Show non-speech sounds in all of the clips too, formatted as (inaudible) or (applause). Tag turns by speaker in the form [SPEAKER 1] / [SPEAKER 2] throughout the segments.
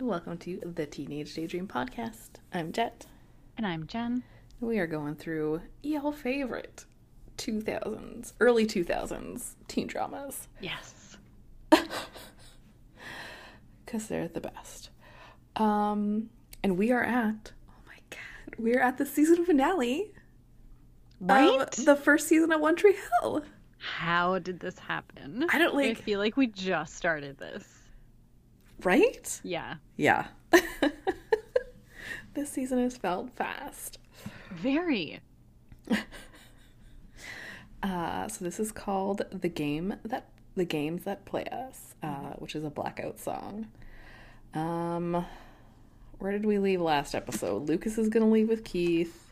[SPEAKER 1] welcome to the Teenage Daydream Podcast. I'm Jet.
[SPEAKER 2] And I'm Jen.
[SPEAKER 1] We are going through y'all favorite 2000s, early 2000s teen dramas
[SPEAKER 2] Yes.
[SPEAKER 1] because they're the best. Um, and we are at, oh my god, we are at the season finale of
[SPEAKER 2] Right?
[SPEAKER 1] the first season of One Tree Hill.
[SPEAKER 2] How did this happen?
[SPEAKER 1] I don't
[SPEAKER 2] I
[SPEAKER 1] like,
[SPEAKER 2] feel like we just started this.
[SPEAKER 1] right?
[SPEAKER 2] Yeah.
[SPEAKER 1] Yeah. (laughs) this season has felt fast.
[SPEAKER 2] Very.
[SPEAKER 1] Uh, so this is called "The Game That The Games That Play Us," uh, which is a blackout song. Um, where did we leave last episode? Lucas is gonna leave with Keith.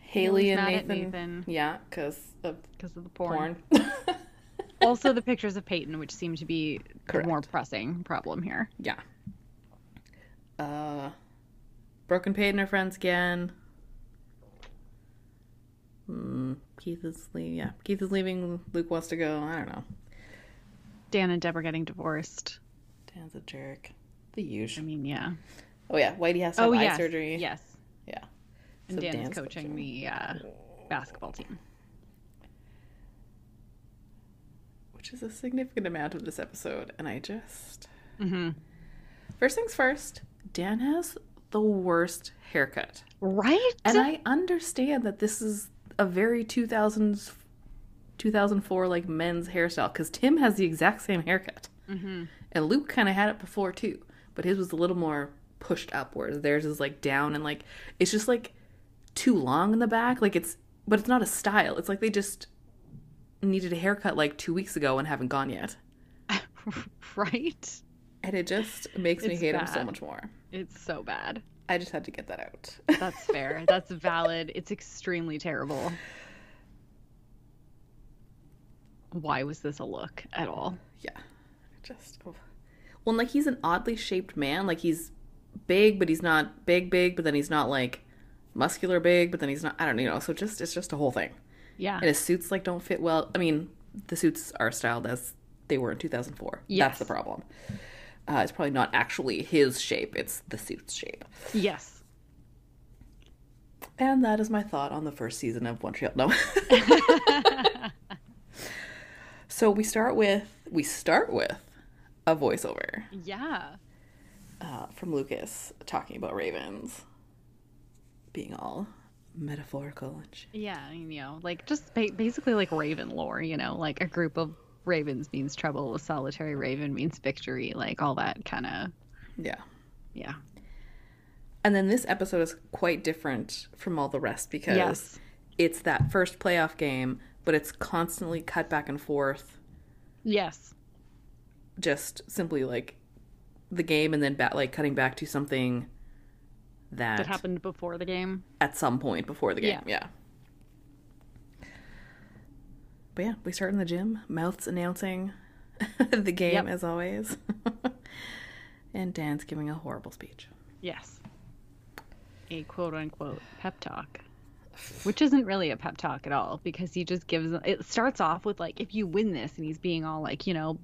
[SPEAKER 1] Haley
[SPEAKER 2] Haley's
[SPEAKER 1] and
[SPEAKER 2] mad at
[SPEAKER 1] Nathan.
[SPEAKER 2] Nathan.
[SPEAKER 1] Yeah, because of
[SPEAKER 2] Because of the porn.
[SPEAKER 1] porn.
[SPEAKER 2] (laughs)
[SPEAKER 1] (laughs)
[SPEAKER 2] also, the pictures of Peyton, which seem to be the
[SPEAKER 1] Correct.
[SPEAKER 2] more pressing problem here.
[SPEAKER 1] yeah. Uh, Broken Pate and her friends again. Mm, Keith is leaving. Yeah, Keith is leaving. Luke wants to go. I don't know.
[SPEAKER 2] Dan and Deb are getting divorced.
[SPEAKER 1] Dan's a jerk. The
[SPEAKER 2] I
[SPEAKER 1] usual.
[SPEAKER 2] mean, yeah.
[SPEAKER 1] Oh yeah, Whitey has to have
[SPEAKER 2] oh,
[SPEAKER 1] eye
[SPEAKER 2] yes.
[SPEAKER 1] surgery.
[SPEAKER 2] Yes.
[SPEAKER 1] Yeah.
[SPEAKER 2] And
[SPEAKER 1] So
[SPEAKER 2] Dan is
[SPEAKER 1] Dan's Oh.
[SPEAKER 2] coaching the uh, basketball team.
[SPEAKER 1] Which is a significant amount of this episode, and I just
[SPEAKER 2] hmm
[SPEAKER 1] first things first, Dan has the worst haircut,
[SPEAKER 2] Right? (laughs)
[SPEAKER 1] and I understand that this is a very 2000s, 2004 like men's hairstyle because Tim has the exact same haircut,
[SPEAKER 2] hmm
[SPEAKER 1] and Luke kind of had it before too, but his was a little more pushed upwards. Theirs is like down and like it's just like too long in the back, like it's but it's not a style. It's like they just needed a haircut like two weeks ago and haven't gone yet.
[SPEAKER 2] right?
[SPEAKER 1] And it just makes me
[SPEAKER 2] It's
[SPEAKER 1] hate him so
[SPEAKER 2] bad.
[SPEAKER 1] much more.
[SPEAKER 2] It's so bad.
[SPEAKER 1] I just had to get that out.
[SPEAKER 2] That's fair. That's valid. It's extremely terrible. Why was this a look at all?
[SPEAKER 1] yeah. Just oh. Well, and, like he's an oddly shaped man. Like he's big, but he's not big big, but then he's not like muscular big, but then he's not I don't you know. So just it's just a whole thing.
[SPEAKER 2] Yeah.
[SPEAKER 1] And his suits like don't fit well. I mean, the suits are styled as they were in 2004. That's
[SPEAKER 2] Yes.
[SPEAKER 1] the problem. Uh, it's probably not actually his shape, it's the suit's shape.
[SPEAKER 2] Yes.
[SPEAKER 1] And that is my thought on the first season of One Tree Hill. No. (laughs) so we start with we start with a voiceover
[SPEAKER 2] Yeah.
[SPEAKER 1] uh, from Lucas talking about ravens being all metaphorical and shit.
[SPEAKER 2] Yeah. I mean, You know, like just ba- basically like raven lore, you know, like a group of ravens means trouble, a solitary raven means victory, like all that kind of.
[SPEAKER 1] Yeah.
[SPEAKER 2] Yeah.
[SPEAKER 1] And then this episode is quite different from all the rest because
[SPEAKER 2] Yes.
[SPEAKER 1] it's that first playoff game, but it's constantly cut back and forth,
[SPEAKER 2] Yes.
[SPEAKER 1] just simply like the game and then bat like cutting back to something that,
[SPEAKER 2] That happened before the game.
[SPEAKER 1] at some point before the game. Yeah. But yeah, we start in the gym, mouths announcing (laughs) the game
[SPEAKER 2] Yep.
[SPEAKER 1] as always. (laughs) and Dan's giving a horrible speech.
[SPEAKER 2] Yes. A quote unquote pep talk. Which isn't really a pep talk at all because he just gives it starts off with like if you win this and he's being all like, you know,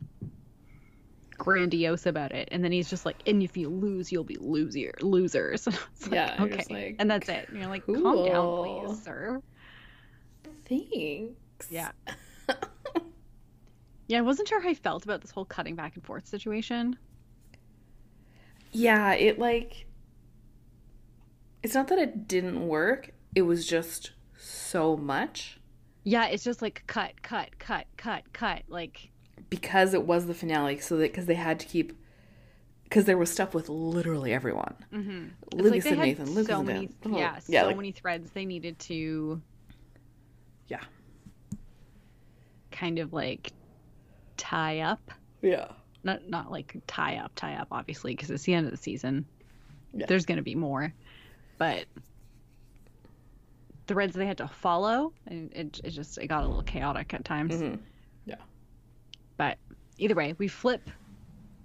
[SPEAKER 2] grandiose about it and then he's just like and if you lose you'll be loser losers. (laughs) It's like,
[SPEAKER 1] Yeah, you're
[SPEAKER 2] okay.
[SPEAKER 1] just like,
[SPEAKER 2] and that's it. And you're like, calm down,
[SPEAKER 1] cool.
[SPEAKER 2] please, sir.
[SPEAKER 1] Thanks.
[SPEAKER 2] Yeah. Yeah, I wasn't sure how I felt about this whole cutting back and forth situation.
[SPEAKER 1] (laughs) Yeah, it like it's not that it didn't work, it was just so much
[SPEAKER 2] Yeah, it's just like cut, cut, cut, cut, cut. Like
[SPEAKER 1] because it was the finale so that cuz they had to keep cuz there was stuff with literally everyone.
[SPEAKER 2] Mm-hmm.
[SPEAKER 1] Lucas and Nathan, Lucas
[SPEAKER 2] so
[SPEAKER 1] and
[SPEAKER 2] many,
[SPEAKER 1] Dan. Oh,
[SPEAKER 2] yeah,
[SPEAKER 1] yeah,
[SPEAKER 2] so
[SPEAKER 1] like-
[SPEAKER 2] many threads they needed to
[SPEAKER 1] Yeah.
[SPEAKER 2] kind of like tie up.
[SPEAKER 1] Yeah.
[SPEAKER 2] Not not like tie up, tie up, obviously, because it's the end of the season.
[SPEAKER 1] Yeah.
[SPEAKER 2] There's going to be more, but threads they had to follow, and it, it just it got a little chaotic at times.
[SPEAKER 1] Mhm. Yeah.
[SPEAKER 2] But either way, we flip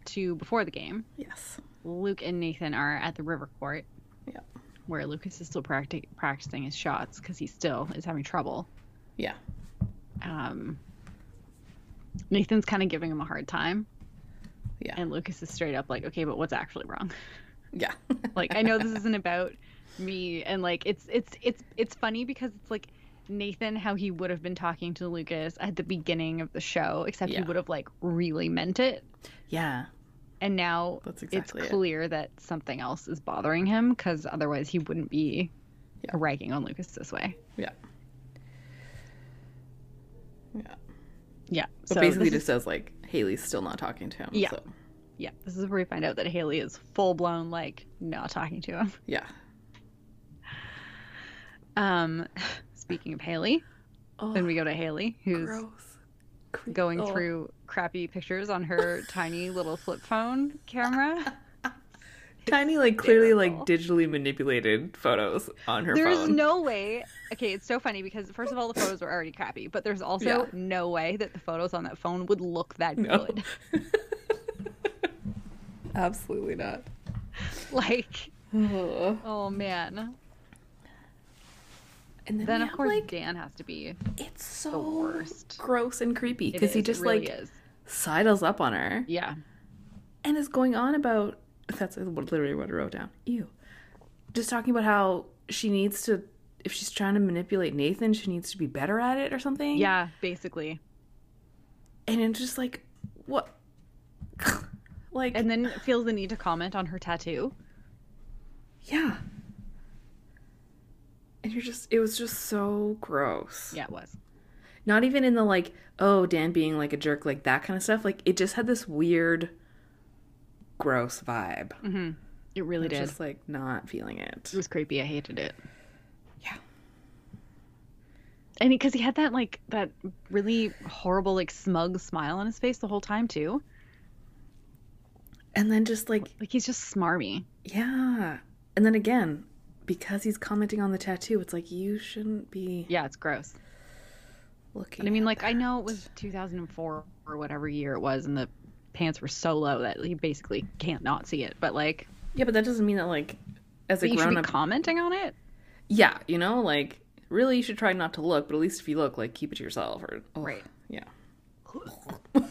[SPEAKER 2] to before the game.
[SPEAKER 1] Yes.
[SPEAKER 2] Luke and Nathan are at the river court.
[SPEAKER 1] Yep.
[SPEAKER 2] Where Lucas is still practic- practicing his shots because he still is having trouble.
[SPEAKER 1] Yeah.
[SPEAKER 2] Um, Nathan's kind of giving him a hard time.
[SPEAKER 1] Yeah.
[SPEAKER 2] And Lucas is straight up like, okay, but what's actually wrong? (laughs)
[SPEAKER 1] Yeah.
[SPEAKER 2] like i know this isn't about me and like it's it's it's it's funny because it's like nathan how he would have been talking to lucas at the beginning of the show except he
[SPEAKER 1] Yeah.
[SPEAKER 2] would have like really meant it
[SPEAKER 1] (laughs) yeah.
[SPEAKER 2] and now
[SPEAKER 1] That's
[SPEAKER 2] it's
[SPEAKER 1] exactly it.
[SPEAKER 2] clear that something else is bothering him because otherwise he wouldn't be
[SPEAKER 1] Yeah.
[SPEAKER 2] ragging on lucas this way
[SPEAKER 1] Yeah. Yeah.
[SPEAKER 2] yeah
[SPEAKER 1] But
[SPEAKER 2] so
[SPEAKER 1] basically
[SPEAKER 2] this
[SPEAKER 1] just says like Haley's still not talking to him.
[SPEAKER 2] Yeah.
[SPEAKER 1] So
[SPEAKER 2] is- yeah this is where we find out that haley is full-blown like not talking to him
[SPEAKER 1] yeah.
[SPEAKER 2] um (laughs) speaking of haley
[SPEAKER 1] Oh,
[SPEAKER 2] then we go to haley who's
[SPEAKER 1] gross. Creep-
[SPEAKER 2] going
[SPEAKER 1] oh.
[SPEAKER 2] through crappy pictures
[SPEAKER 1] (laughs)
[SPEAKER 2] on her tiny little flip phone camera.
[SPEAKER 1] tiny, like clearly like
[SPEAKER 2] hysterical.
[SPEAKER 1] digitally manipulated photos on her
[SPEAKER 2] There's
[SPEAKER 1] phone.
[SPEAKER 2] no way. (laughs) Okay, it's so funny because first of all, the photos were already crappy, but there's also
[SPEAKER 1] Yeah.
[SPEAKER 2] no way that the photos on that phone would look
[SPEAKER 1] (laughs)
[SPEAKER 2] that
[SPEAKER 1] No.
[SPEAKER 2] good.
[SPEAKER 1] (laughs)
[SPEAKER 2] (laughs)
[SPEAKER 1] Absolutely not.
[SPEAKER 2] Like,
[SPEAKER 1] Ugh.
[SPEAKER 2] oh man.
[SPEAKER 1] And then,
[SPEAKER 2] Then
[SPEAKER 1] we
[SPEAKER 2] of
[SPEAKER 1] have,
[SPEAKER 2] course
[SPEAKER 1] like
[SPEAKER 2] Dan has to be.
[SPEAKER 1] it's so
[SPEAKER 2] worst.
[SPEAKER 1] gross and creepy because he just like
[SPEAKER 2] is.
[SPEAKER 1] sidles up on her
[SPEAKER 2] yeah.
[SPEAKER 1] and is going on about that's what- literally what I wrote down. Ew. Just talking about how she needs to if she's trying to manipulate Nathan, she needs to be better at it or something.
[SPEAKER 2] Yeah, basically.
[SPEAKER 1] And it's just like what (laughs) like
[SPEAKER 2] And then feels the need to comment on her tattoo.
[SPEAKER 1] yeah. And you're just it was just so gross.
[SPEAKER 2] Yeah, it was.
[SPEAKER 1] Not even in the like, oh, Dan being like a jerk, like that kind of stuff. Like it just had this weird gross vibe.
[SPEAKER 2] It really
[SPEAKER 1] It's
[SPEAKER 2] did. Mm.
[SPEAKER 1] Just like not feeling it.
[SPEAKER 2] It was creepy. I hated it.
[SPEAKER 1] Yeah.
[SPEAKER 2] And because he had that like that really horrible like smug smile on his face the whole time too.
[SPEAKER 1] And then just like
[SPEAKER 2] Like he's just smarmy.
[SPEAKER 1] Yeah. And then again, because he's commenting on the tattoo, it's like you shouldn't be
[SPEAKER 2] Yeah, it's gross.
[SPEAKER 1] looking.
[SPEAKER 2] But I mean,
[SPEAKER 1] at
[SPEAKER 2] like I
[SPEAKER 1] that.
[SPEAKER 2] know it was 2004 or whatever year it was, and the pants were so low that he basically can't not see it. But like,
[SPEAKER 1] Yeah, but that doesn't mean that like as a
[SPEAKER 2] you should
[SPEAKER 1] grown
[SPEAKER 2] be
[SPEAKER 1] up
[SPEAKER 2] commenting on it.
[SPEAKER 1] Yeah, you know, like really you should try not to look, but at least if you look, like keep it to yourself or ugh,
[SPEAKER 2] Right.
[SPEAKER 1] Yeah. (laughs)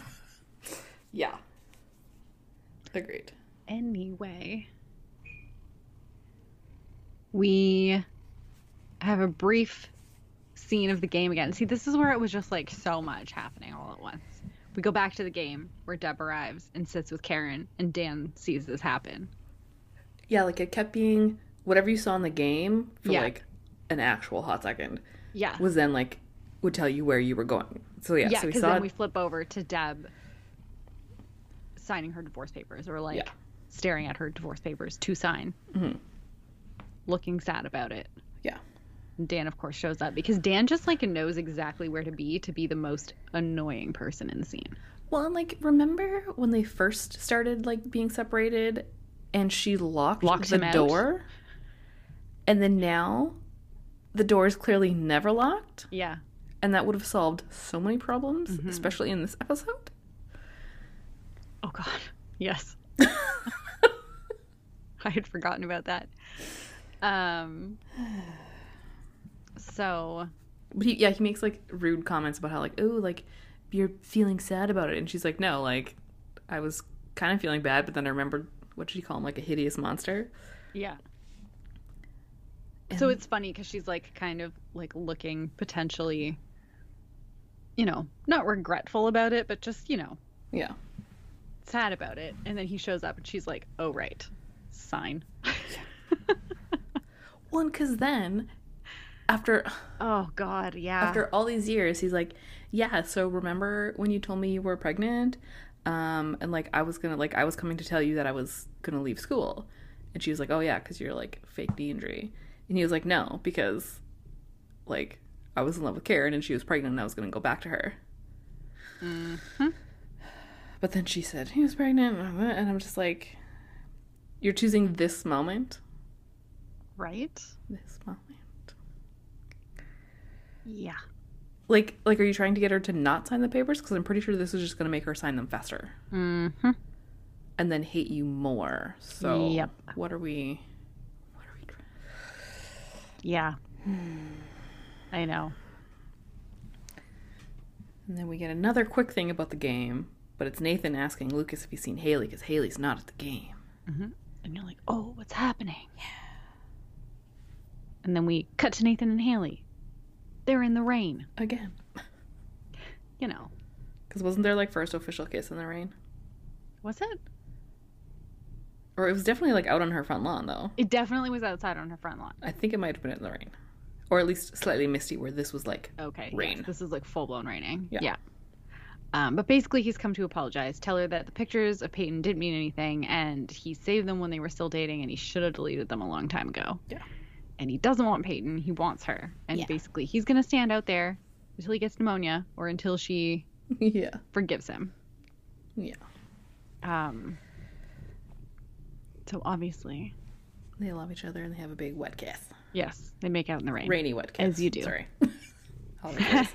[SPEAKER 1] yeah. Agreed.
[SPEAKER 2] Anyway, we have a brief scene of the game again. See, this is where it was just like so much happening all at once. We go back to the game where Deb arrives and sits with Karen, and Dan sees this happen.
[SPEAKER 1] Yeah, like it kept being whatever you saw in the game for
[SPEAKER 2] Yeah.
[SPEAKER 1] like an actual hot second
[SPEAKER 2] Yeah.
[SPEAKER 1] was then like would tell you where you were going. So yeah,
[SPEAKER 2] yeah,
[SPEAKER 1] so we
[SPEAKER 2] because
[SPEAKER 1] saw
[SPEAKER 2] then
[SPEAKER 1] it-
[SPEAKER 2] we flip over to Deb signing her divorce papers or like
[SPEAKER 1] Yeah. Mm-hmm.
[SPEAKER 2] staring at her divorce papers to sign, looking sad about it.
[SPEAKER 1] yeah.
[SPEAKER 2] Dan, of course, shows up because Dan just like knows exactly where to be to be the most annoying person in the scene.
[SPEAKER 1] Well, and like remember when they first started like being separated and she locked,
[SPEAKER 2] Locked him
[SPEAKER 1] the
[SPEAKER 2] out?
[SPEAKER 1] door? And then now the door is clearly never locked,
[SPEAKER 2] Yeah.
[SPEAKER 1] and that would have solved so many problems,
[SPEAKER 2] Mm-hmm.
[SPEAKER 1] especially in this episode.
[SPEAKER 2] Oh, God. Yes. I had forgotten about that. Um, so,
[SPEAKER 1] But he, yeah, he makes like rude comments about how like, "Oh, like you're feeling sad about it." And she's like, "No, like I was kind of feeling bad, but then I remembered what did he call him? Like a hideous monster."
[SPEAKER 2] yeah. So it's funny because she's like kind of like looking potentially, you know, not regretful about it, but just, you know,
[SPEAKER 1] Yeah.
[SPEAKER 2] sad about it. And then he shows up and she's like, oh, right, sign. (laughs)
[SPEAKER 1] Well, and cuz then after
[SPEAKER 2] Oh, God. Yeah.
[SPEAKER 1] after all these years he's like yeah so remember when you told me you were pregnant um and like i was gonna like i was coming to tell you that i was gonna leave school and she was like oh yeah because you're like fake knee injury and he was like no because like i was in love with karen and she was pregnant and i was gonna go back to her but then she said he was pregnant and i'm just like you're choosing this moment
[SPEAKER 2] Right?
[SPEAKER 1] this moment
[SPEAKER 2] Yeah.
[SPEAKER 1] like like are you trying to get her to not sign the papers because i'm pretty sure this is just going to make her sign them faster
[SPEAKER 2] Mm-hmm.
[SPEAKER 1] and then hate you more so
[SPEAKER 2] Yep.
[SPEAKER 1] what are we what are we trying
[SPEAKER 2] Yeah. Hmm. I know.
[SPEAKER 1] and then we get another quick thing about the game But it's Nathan asking Lucas if he's seen Haley because Haley's not at the game.
[SPEAKER 2] And you're like, oh, what's happening? Yeah. And then we cut to Nathan and Haley. They're in the rain,
[SPEAKER 1] Again.
[SPEAKER 2] you know.
[SPEAKER 1] Because wasn't there like first official kiss in the rain?
[SPEAKER 2] Was it?
[SPEAKER 1] Or it was definitely like out on her front lawn though.
[SPEAKER 2] It definitely was outside on her front lawn.
[SPEAKER 1] I think it might have been in the rain. Or at least slightly misty where this was like
[SPEAKER 2] Okay. yes,
[SPEAKER 1] Rain.
[SPEAKER 2] this is like full blown raining.
[SPEAKER 1] Yeah.
[SPEAKER 2] Yeah. Um, but basically, he's come to apologize, tell her that the pictures of Peyton didn't mean anything, and he saved them when they were still dating, and he should have deleted them a long time ago.
[SPEAKER 1] Yeah.
[SPEAKER 2] And he doesn't want Peyton; he wants her. And
[SPEAKER 1] Yeah.
[SPEAKER 2] basically, he's gonna stand out there until he gets pneumonia or until she
[SPEAKER 1] (laughs) Yeah.
[SPEAKER 2] forgives him.
[SPEAKER 1] Yeah.
[SPEAKER 2] Um. So obviously,
[SPEAKER 1] They love each other and they have a big wet kiss.
[SPEAKER 2] yes, they make out in the rain.
[SPEAKER 1] Rainy wet kiss.
[SPEAKER 2] As you do.
[SPEAKER 1] Sorry.
[SPEAKER 2] (laughs)
[SPEAKER 1] I'll rephrase,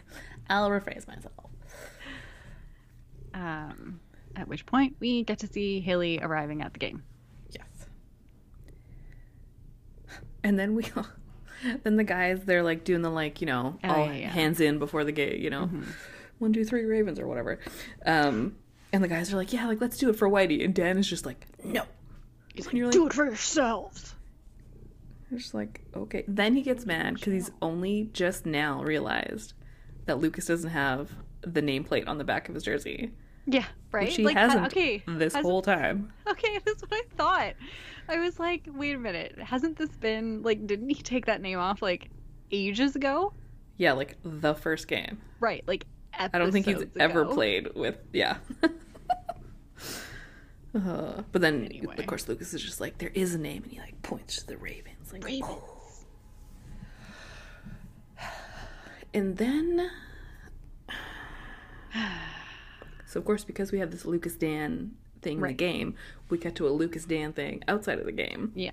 [SPEAKER 1] I'll rephrase myself.
[SPEAKER 2] Um, at which point, we get to see Haley arriving at the game.
[SPEAKER 1] Yes. And then we all, then the guys they're like doing the like, you know,
[SPEAKER 2] Oh,
[SPEAKER 1] all
[SPEAKER 2] yeah, Mm-hmm. yeah.
[SPEAKER 1] hands in before the gate, you know. One, two, three Ravens or whatever. Um and the guys are like, Yeah, like let's do it for Whitey and Dan is just like, No. He's like, you're like,
[SPEAKER 2] Do it for yourselves.
[SPEAKER 1] You're just like, okay. Then he gets mad because he's only just now realized that Lucas doesn't have the nameplate on the back of his jersey,
[SPEAKER 2] Yeah, right.
[SPEAKER 1] which he
[SPEAKER 2] like, how-
[SPEAKER 1] hasn't Mm.
[SPEAKER 2] okay,
[SPEAKER 1] this
[SPEAKER 2] hasn't-
[SPEAKER 1] whole time.
[SPEAKER 2] Okay, (laughs) that's what I thought. I was like, wait a minute, hasn't this been like? Didn't he take that name off like ages ago?
[SPEAKER 1] Yeah, like the first game.
[SPEAKER 2] Right, like episodes
[SPEAKER 1] I don't think he's ever
[SPEAKER 2] ago.
[SPEAKER 1] played with. Yeah. (laughs) Uh, but then,
[SPEAKER 2] Anyway.
[SPEAKER 1] of course, Lucas is just like, there is a name, and he like points to the Ravens, like
[SPEAKER 2] Ravens.
[SPEAKER 1] And then, (sighs) so of course, because we have this Lucas Dan thing in
[SPEAKER 2] Right.
[SPEAKER 1] the game, we cut to a Lucas Dan thing outside of the game.
[SPEAKER 2] Yeah.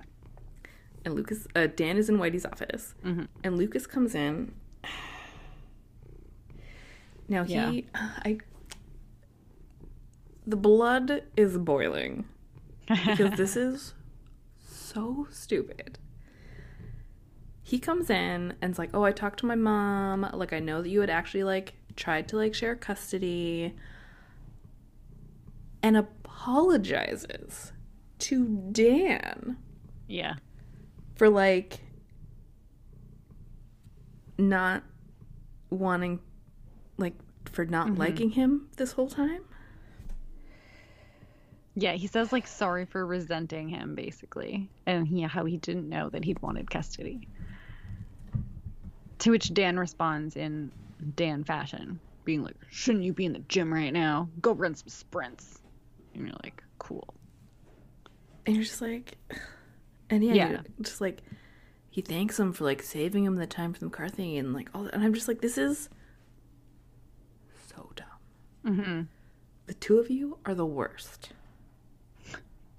[SPEAKER 1] And Lucas, uh, Dan is in Whitey's office,
[SPEAKER 2] Mhm.
[SPEAKER 1] and Lucas comes in. (sighs) Now he,
[SPEAKER 2] Yeah.
[SPEAKER 1] (sighs) I, the blood is boiling (laughs) because this is so stupid. He comes in and's like, "Oh, I talked to my mom. Like, I know that you had actually like tried to like share custody." And apologizes to Dan
[SPEAKER 2] yeah.
[SPEAKER 1] for like not wanting like for not liking him this whole time.
[SPEAKER 2] Yeah, he says like sorry for resenting him basically, and he how he didn't know that he'd wanted custody. To which Dan responds in Dan fashion, being like, "Shouldn't you be in the gym right now? Go run some sprints." And you're like, "Cool."
[SPEAKER 1] And you're just like (sighs) and yeah,
[SPEAKER 2] Yeah.
[SPEAKER 1] you're just like he thanks him for like saving him the time from the car thing and like all that and I'm just like this is so dumb.
[SPEAKER 2] hmm
[SPEAKER 1] The two of you are the worst.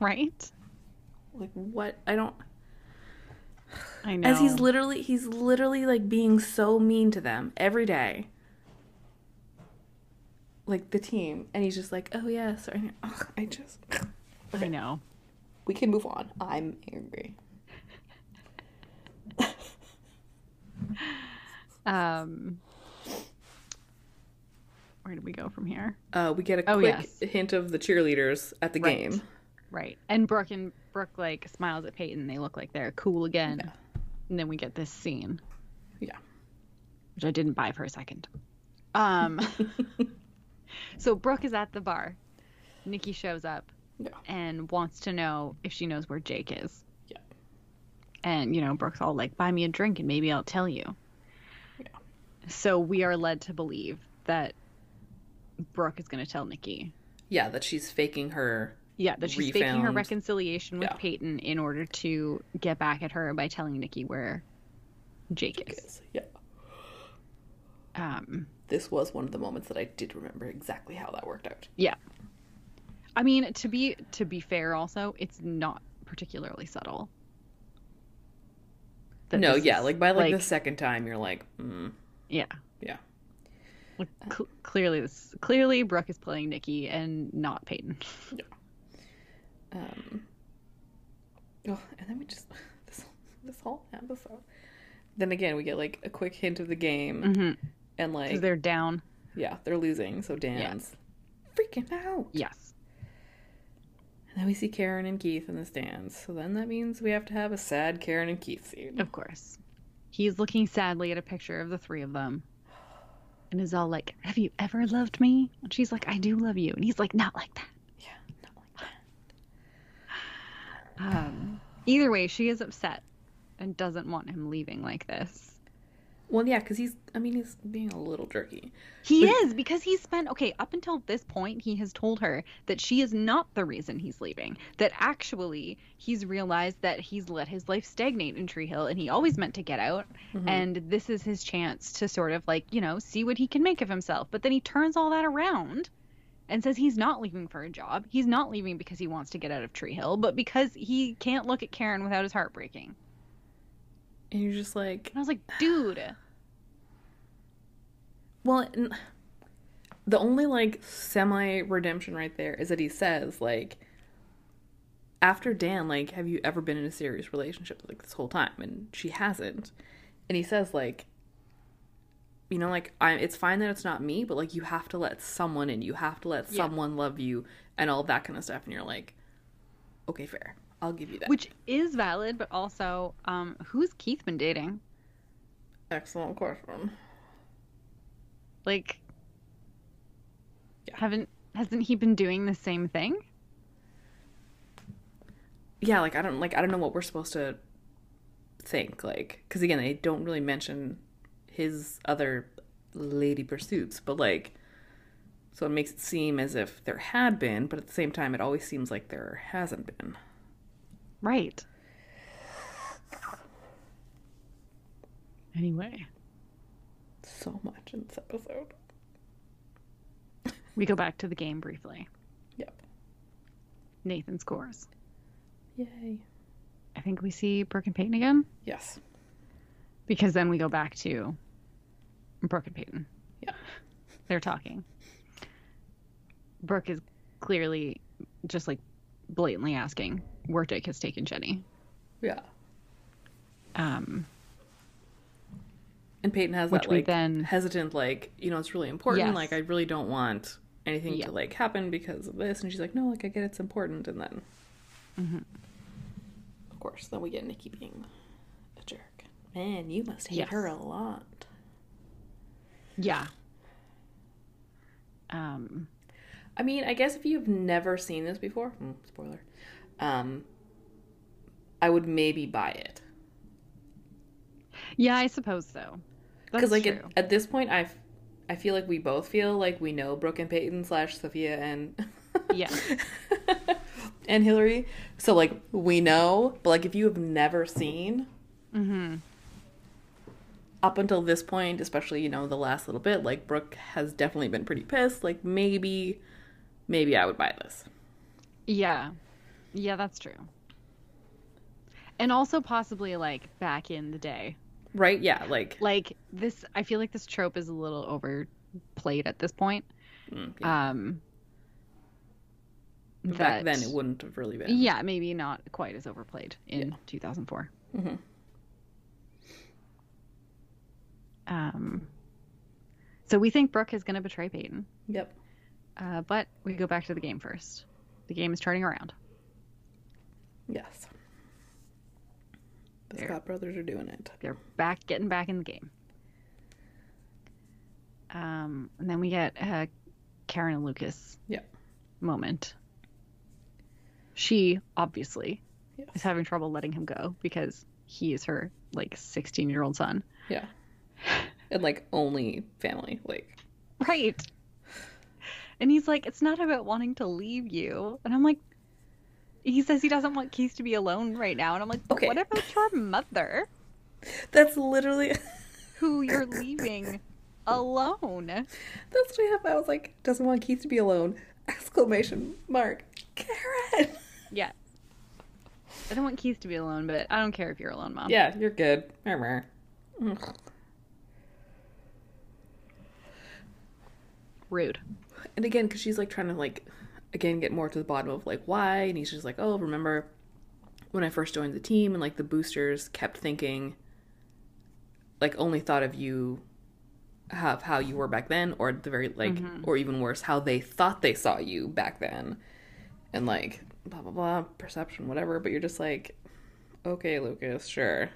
[SPEAKER 2] Right?
[SPEAKER 1] Like what I don't
[SPEAKER 2] I know.
[SPEAKER 1] As he's literally he's literally like being so mean to them every day. Like the team. And he's just like, Oh yeah, sorry. Ugh, (laughs) I just
[SPEAKER 2] I know.
[SPEAKER 1] We can move on. I'm angry.
[SPEAKER 2] Um, where do we go from here?
[SPEAKER 1] Uh we get a
[SPEAKER 2] Oh,
[SPEAKER 1] quick
[SPEAKER 2] yes.
[SPEAKER 1] hint of the cheerleaders at the
[SPEAKER 2] Right.
[SPEAKER 1] game.
[SPEAKER 2] Right. And Brooke and Brooke like smiles at Peyton. They look like they're cool again. And then we get this scene,
[SPEAKER 1] Yeah.
[SPEAKER 2] which I didn't buy for a second. Um.
[SPEAKER 1] (laughs)
[SPEAKER 2] so Brooke is at the bar. Nikki shows up
[SPEAKER 1] Yeah.
[SPEAKER 2] and wants to know if she knows where Jake is.
[SPEAKER 1] Yeah.
[SPEAKER 2] And you know, Brooke's all like, "Buy me a drink and maybe I'll tell you."
[SPEAKER 1] Yeah.
[SPEAKER 2] So we are led to believe that Brooke is going to tell Nikki
[SPEAKER 1] Yeah, that she's faking her
[SPEAKER 2] Yeah, that she's faking her
[SPEAKER 1] refound-
[SPEAKER 2] reconciliation with
[SPEAKER 1] Yeah.
[SPEAKER 2] Peyton in order to get back at her by telling Nikki where Jake is.
[SPEAKER 1] kiss. Yeah.
[SPEAKER 2] Um,
[SPEAKER 1] This was one of the moments that I did remember exactly how that worked out.
[SPEAKER 2] yeah. I mean, to be to be fair, also, it's not particularly subtle. That
[SPEAKER 1] no,
[SPEAKER 2] this
[SPEAKER 1] yeah,
[SPEAKER 2] is,
[SPEAKER 1] like by like, the second time you're like, mm,
[SPEAKER 2] yeah,
[SPEAKER 1] yeah.
[SPEAKER 2] Like, cl- clearly this clearly Brooke is playing Nikki and not Peyton.
[SPEAKER 1] Um, oh, and then we just (laughs) this this whole episode. Then again, we get like a quick hint of the game,
[SPEAKER 2] Mhm.
[SPEAKER 1] and like
[SPEAKER 2] Because they're down.
[SPEAKER 1] yeah, they're losing. So Dan's freaking out.
[SPEAKER 2] Yes.
[SPEAKER 1] And then we see Karen and Keith in the stands. So then that means we have to have a sad Karen and Keith scene.
[SPEAKER 2] Of course. He's looking sadly at a picture of the three of them and is all like, Have you ever loved me? And she's like, I do love you. And he's like, Not like that.
[SPEAKER 1] Yeah, not like that.
[SPEAKER 2] (sighs) Um, either way, she is upset and doesn't want him leaving like this.
[SPEAKER 1] Well, yeah, because he's, I mean, he's being a little jerky.
[SPEAKER 2] He
[SPEAKER 1] But-
[SPEAKER 2] is because he spent okay up until this point he has told her that she is not the reason he's leaving. That actually he's realized that he's let his life stagnate in Tree Hill and he always meant to get out and this is his chance to sort of like, you know, see what he can make of himself. But then he turns all that around and says he's not leaving for a job. He's not leaving because he wants to get out of Tree Hill, but because he can't look at Karen without his heart breaking.
[SPEAKER 1] And you're just like,
[SPEAKER 2] And I was like, dude,
[SPEAKER 1] well, n- the only like semi redemption right there is that he says, like, after Dan, like, have you ever been in a serious relationship like this whole time? And she hasn't. And he says, like, you know, like I, it's fine that it's not me, but like you have to let someone in, you have to let
[SPEAKER 2] Yeah.
[SPEAKER 1] someone love you, and all that kind of stuff. And you're like, okay, fair, I'll give you that.
[SPEAKER 2] which is valid, but also, um, who's Keith been dating?
[SPEAKER 1] Excellent question.
[SPEAKER 2] Like,
[SPEAKER 1] Yeah.
[SPEAKER 2] haven't hasn't he been doing the same thing?
[SPEAKER 1] yeah like i don't like i don't know what we're supposed to think like because again they don't really mention his other lady pursuits but like so it makes it seem as if there had been but at the same time it always seems like there hasn't been
[SPEAKER 2] Right. Anyway,
[SPEAKER 1] so much in this episode
[SPEAKER 2] we go back to the game briefly.
[SPEAKER 1] yep
[SPEAKER 2] Nathan scores.
[SPEAKER 1] yay
[SPEAKER 2] I think we see Brooke and Peyton again
[SPEAKER 1] yes
[SPEAKER 2] because then we go back to Brooke and Peyton.
[SPEAKER 1] Yeah.
[SPEAKER 2] They're talking. Brooke is clearly just like blatantly asking where Jake has taken Jenny.
[SPEAKER 1] yeah
[SPEAKER 2] Um,
[SPEAKER 1] and peyton has
[SPEAKER 2] Which
[SPEAKER 1] that
[SPEAKER 2] we
[SPEAKER 1] like
[SPEAKER 2] then-
[SPEAKER 1] hesitant like you know it's really important
[SPEAKER 2] Yes.
[SPEAKER 1] like i really don't want anything
[SPEAKER 2] Yeah.
[SPEAKER 1] to like happen because of this and she's like no like i get it's important and then
[SPEAKER 2] Mm-hmm.
[SPEAKER 1] of course then we get nikki being a jerk man you must hate
[SPEAKER 2] Yes.
[SPEAKER 1] her a lot
[SPEAKER 2] yeah. Um,
[SPEAKER 1] i mean i guess if you've never seen this before mm, spoiler um i would maybe buy it
[SPEAKER 2] yeah, I suppose so. That's
[SPEAKER 1] because like
[SPEAKER 2] true.
[SPEAKER 1] at, at this point i f- i feel like we both feel like we know brooke and peyton slash sophia and (laughs)
[SPEAKER 2] Yeah.
[SPEAKER 1] and hillary so like we know but like if you have never seen
[SPEAKER 2] mm-hmm.
[SPEAKER 1] up until this point especially you know the last little bit like brooke has definitely been pretty pissed like maybe maybe i would buy this
[SPEAKER 2] Yeah. Yeah, that's true. And also possibly like back in the day.
[SPEAKER 1] right yeah like,
[SPEAKER 2] Like this I feel like this trope is a little overplayed at this point.
[SPEAKER 1] mm, yeah.
[SPEAKER 2] Um
[SPEAKER 1] But back
[SPEAKER 2] that-
[SPEAKER 1] then it wouldn't have really been
[SPEAKER 2] Yeah, maybe not quite as overplayed in 2004.
[SPEAKER 1] Mhm.
[SPEAKER 2] Um so we think Brooke is going to betray Peyton,
[SPEAKER 1] yep
[SPEAKER 2] uh, but we go back to the game first. The game is turning around.
[SPEAKER 1] yes the
[SPEAKER 2] There.
[SPEAKER 1] scott brothers are doing it
[SPEAKER 2] they're back getting back in the game. Um, and then we get a Karen and Lucas (sighs)
[SPEAKER 1] Yeah.
[SPEAKER 2] moment. She obviously
[SPEAKER 1] Yes.
[SPEAKER 2] is having trouble letting him go because he is her like 16 year old son. (laughs)
[SPEAKER 1] yeah and like only family like
[SPEAKER 2] Right. And he's like, it's not about wanting to leave you. And I'm like, he says he doesn't want Keith to be alone right now. And I'm like, but
[SPEAKER 1] Okay.
[SPEAKER 2] what about your mother
[SPEAKER 1] That's literally (laughs)
[SPEAKER 2] who you're leaving alone?
[SPEAKER 1] that's what I have. I was like, doesn't want Keith to be alone! (laughs) Exclamation mark. Karen.
[SPEAKER 2] Yeah. I don't want Keith to be alone, but I don't care if you're alone,
[SPEAKER 1] (laughs)
[SPEAKER 2] Mom.
[SPEAKER 1] Yeah, you're good. Murmur. Ugh.
[SPEAKER 2] Rude.
[SPEAKER 1] And again, because she's like trying to like again get more to the bottom of like why, and he's just like, oh, remember when I first joined the team, and like the boosters kept thinking, like only thought of you of how you were back then, or at the very like, or even worse, how they thought they saw you back then, and like blah blah blah perception whatever. But you're just like, okay, Lucas, sure.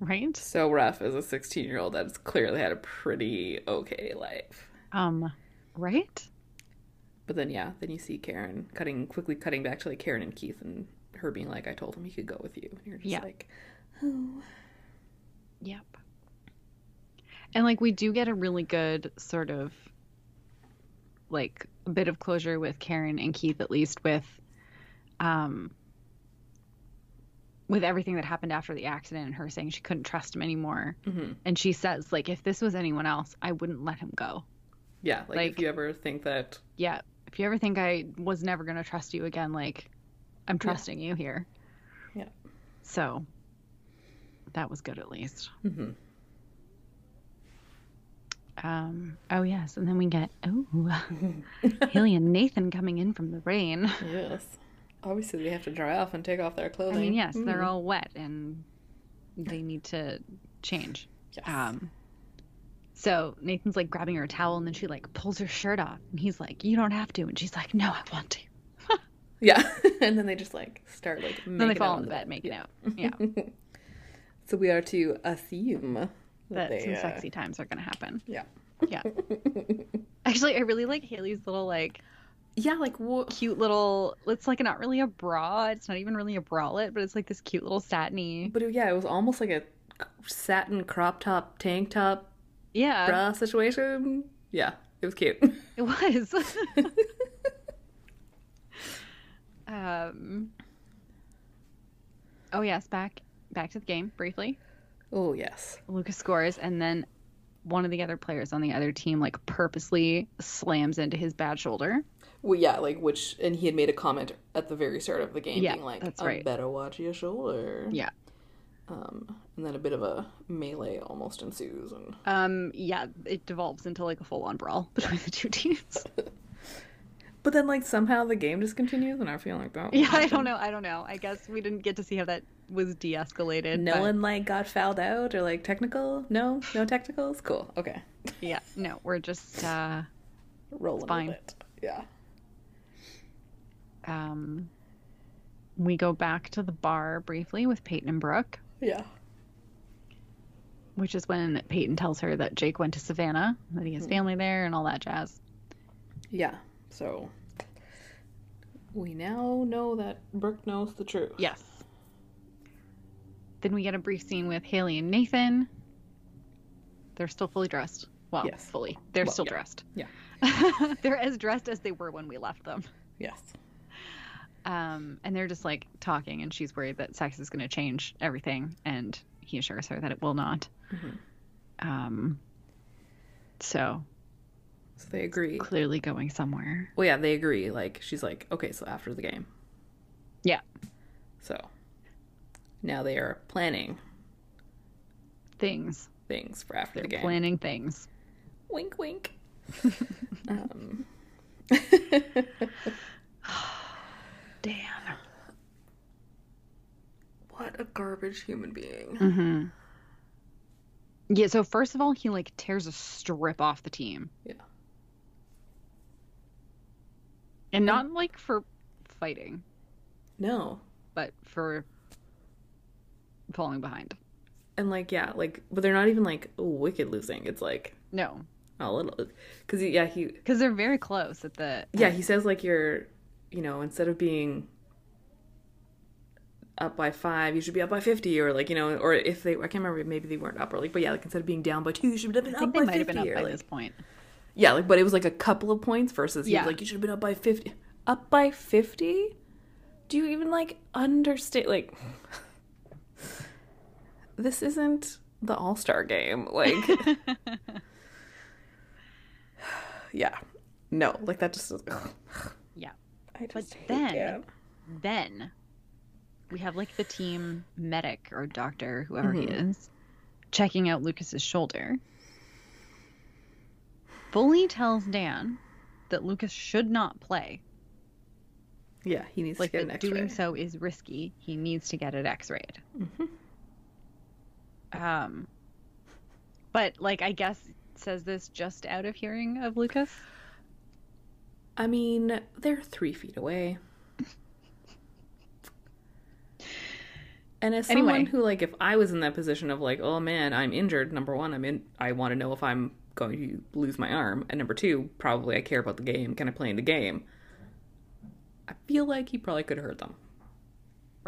[SPEAKER 2] right?
[SPEAKER 1] So rough as a 16 year old that's clearly had a pretty okay life.
[SPEAKER 2] Um, right?
[SPEAKER 1] But then yeah, then you see Karen cutting quickly cutting back to like Karen and Keith and her being like, I told him he could go with you. And you're just
[SPEAKER 2] Yeah.
[SPEAKER 1] like, Oh
[SPEAKER 2] Yep. And like we do get a really good sort of like a bit of closure with Karen and Keith at least with um with everything that happened after the accident and her saying she couldn't trust him anymore.
[SPEAKER 1] Mhm.
[SPEAKER 2] And she says like if this was anyone else, I wouldn't let him go.
[SPEAKER 1] Yeah, like, if
[SPEAKER 2] Like-
[SPEAKER 1] you ever think that
[SPEAKER 2] Yeah. If you ever think I was never going to trust you again, like I'm trusting you here.
[SPEAKER 1] Yeah.
[SPEAKER 2] So that was good at least.
[SPEAKER 1] Mhm.
[SPEAKER 2] Um, oh yes, and then we get oh (laughs) Haley and Nathan coming in from the rain.
[SPEAKER 1] Yes. Obviously they have to dry off and take off their
[SPEAKER 2] I
[SPEAKER 1] clothing.
[SPEAKER 2] mean, yes, they're
[SPEAKER 1] Mhm.
[SPEAKER 2] all wet and they need to change.
[SPEAKER 1] Yes.
[SPEAKER 2] Um, so Nathan's like grabbing her towel and then she like pulls her shirt off and he's like, "You don't have to," and she's like, "No, I want to."
[SPEAKER 1] Yeah. (laughs) and then they just like start like making
[SPEAKER 2] then they
[SPEAKER 1] out
[SPEAKER 2] fall
[SPEAKER 1] on
[SPEAKER 2] in the bed,
[SPEAKER 1] (laughs)
[SPEAKER 2] making out. Yeah,
[SPEAKER 1] So we are to assume that
[SPEAKER 2] that
[SPEAKER 1] they,
[SPEAKER 2] some
[SPEAKER 1] uh,
[SPEAKER 2] sexy times are gonna happen.
[SPEAKER 1] Yeah. (laughs)
[SPEAKER 2] Yeah. Actually, I really like Haley's little like
[SPEAKER 1] Yeah, like what
[SPEAKER 2] cute little. It's like not really a bra. It's not even really a bralette, but it's like this cute little satiny.
[SPEAKER 1] but yeah, it was almost like a satin crop top, tank top,
[SPEAKER 2] Yeah,
[SPEAKER 1] bra situation. Yeah, it was cute. (laughs)
[SPEAKER 2] it was. um. Oh yes, back back to the game briefly.
[SPEAKER 1] oh yes.
[SPEAKER 2] Lucas scores, and then one of the other players on the other team like purposely slams into his bad shoulder.
[SPEAKER 1] Well, yeah, like which, and he had made a comment at the very start of the game,
[SPEAKER 2] Yeah,
[SPEAKER 1] being like,
[SPEAKER 2] that's
[SPEAKER 1] "I
[SPEAKER 2] right.
[SPEAKER 1] better watch your shoulder."
[SPEAKER 2] Yeah.
[SPEAKER 1] Um, and then a bit of a melee almost ensues, and
[SPEAKER 2] Um, yeah, it devolves into like a full on brawl (laughs) between the two teams.
[SPEAKER 1] but then like somehow the game just continues, and I feel like that.
[SPEAKER 2] yeah, I don't know. I don't know. I guess we didn't get to see how that was de escalated.
[SPEAKER 1] No one like got fouled out or like technical. No, no technicals. Cool. Okay.
[SPEAKER 2] Yeah, no, we're just, uh,
[SPEAKER 1] Rolling
[SPEAKER 2] fine.
[SPEAKER 1] with it. Yeah.
[SPEAKER 2] um, we go back to the bar briefly with Peyton and Brooke,
[SPEAKER 1] Yeah.
[SPEAKER 2] which is when Peyton tells her that Jake went to Savannah, that
[SPEAKER 1] Hmm.
[SPEAKER 2] he has family there, and all that jazz.
[SPEAKER 1] Yeah. So we now know that Brooke knows the truth.
[SPEAKER 2] Yes. Then we get a brief scene with Haley and Nathan. They're still fully dressed. Well,
[SPEAKER 1] Yes.
[SPEAKER 2] fully. They're
[SPEAKER 1] Well,
[SPEAKER 2] still
[SPEAKER 1] yeah.
[SPEAKER 2] dressed.
[SPEAKER 1] Yeah.
[SPEAKER 2] they're as dressed as they were when we left them.
[SPEAKER 1] Yes.
[SPEAKER 2] Um, and they're just like talking, and she's worried that sex is going to change everything, and he assures her that it will not.
[SPEAKER 1] Mhm.
[SPEAKER 2] Um, so
[SPEAKER 1] So they agree.
[SPEAKER 2] clearly going somewhere.
[SPEAKER 1] Well, yeah, they agree. Like she's like, okay, so after the game.
[SPEAKER 2] Yeah.
[SPEAKER 1] So now they are planning
[SPEAKER 2] Things.
[SPEAKER 1] things for after
[SPEAKER 2] They're
[SPEAKER 1] the game.
[SPEAKER 2] planning things.
[SPEAKER 1] wink,
[SPEAKER 2] (laughs)
[SPEAKER 1] wink. um. (laughs)
[SPEAKER 2] Damn.
[SPEAKER 1] what a garbage human being.
[SPEAKER 2] hmm Yeah, so first of all, he like tears a strip off the team.
[SPEAKER 1] Yeah.
[SPEAKER 2] And not like for fighting,
[SPEAKER 1] No.
[SPEAKER 2] but for falling behind.
[SPEAKER 1] And like, yeah, like, but they're not even like wicked losing. It's like
[SPEAKER 2] No,
[SPEAKER 1] a little, because yeah, he
[SPEAKER 2] because they're very close at the.
[SPEAKER 1] yeah he says like you're you know instead of being up by five you should be up by 50 or like you know or if they i can't remember maybe they weren't up or like but yeah like instead of being down by two you should have been
[SPEAKER 2] I
[SPEAKER 1] up
[SPEAKER 2] think
[SPEAKER 1] by
[SPEAKER 2] they
[SPEAKER 1] 50
[SPEAKER 2] might have been up
[SPEAKER 1] or,
[SPEAKER 2] by
[SPEAKER 1] like-
[SPEAKER 2] this point.
[SPEAKER 1] yeah like but it was like a couple of points versus he was
[SPEAKER 2] Yeah.
[SPEAKER 1] like you should have been up by 50 up by 50 do you even like understand like (laughs) this isn't the all-star game
[SPEAKER 2] (laughs)
[SPEAKER 1] like (sighs) yeah no like that just (laughs)
[SPEAKER 2] Yeah.
[SPEAKER 1] i just hate
[SPEAKER 2] then-
[SPEAKER 1] that.
[SPEAKER 2] then we have like the team medic or doctor, whoever he
[SPEAKER 1] Mm-hmm.
[SPEAKER 2] is, checking out Lucas's shoulder. Bully tells Dan that Lucas should not play.
[SPEAKER 1] Yeah, he needs
[SPEAKER 2] Like
[SPEAKER 1] to get an
[SPEAKER 2] that doing
[SPEAKER 1] X-ray. Mm-hmm.
[SPEAKER 2] so is risky. He needs to get it X-rayed. Um, But like I guess says this just out of hearing of Lucas.
[SPEAKER 1] I mean, they're three feet away. And as someone
[SPEAKER 2] Anyway.
[SPEAKER 1] who, like, if I was in that position of, like, oh man, I'm injured, number one, I'm in, I want to know if I'm going to lose my arm. And number two, probably I care about the game. Can I play in the game? I feel like he probably could have hurt them.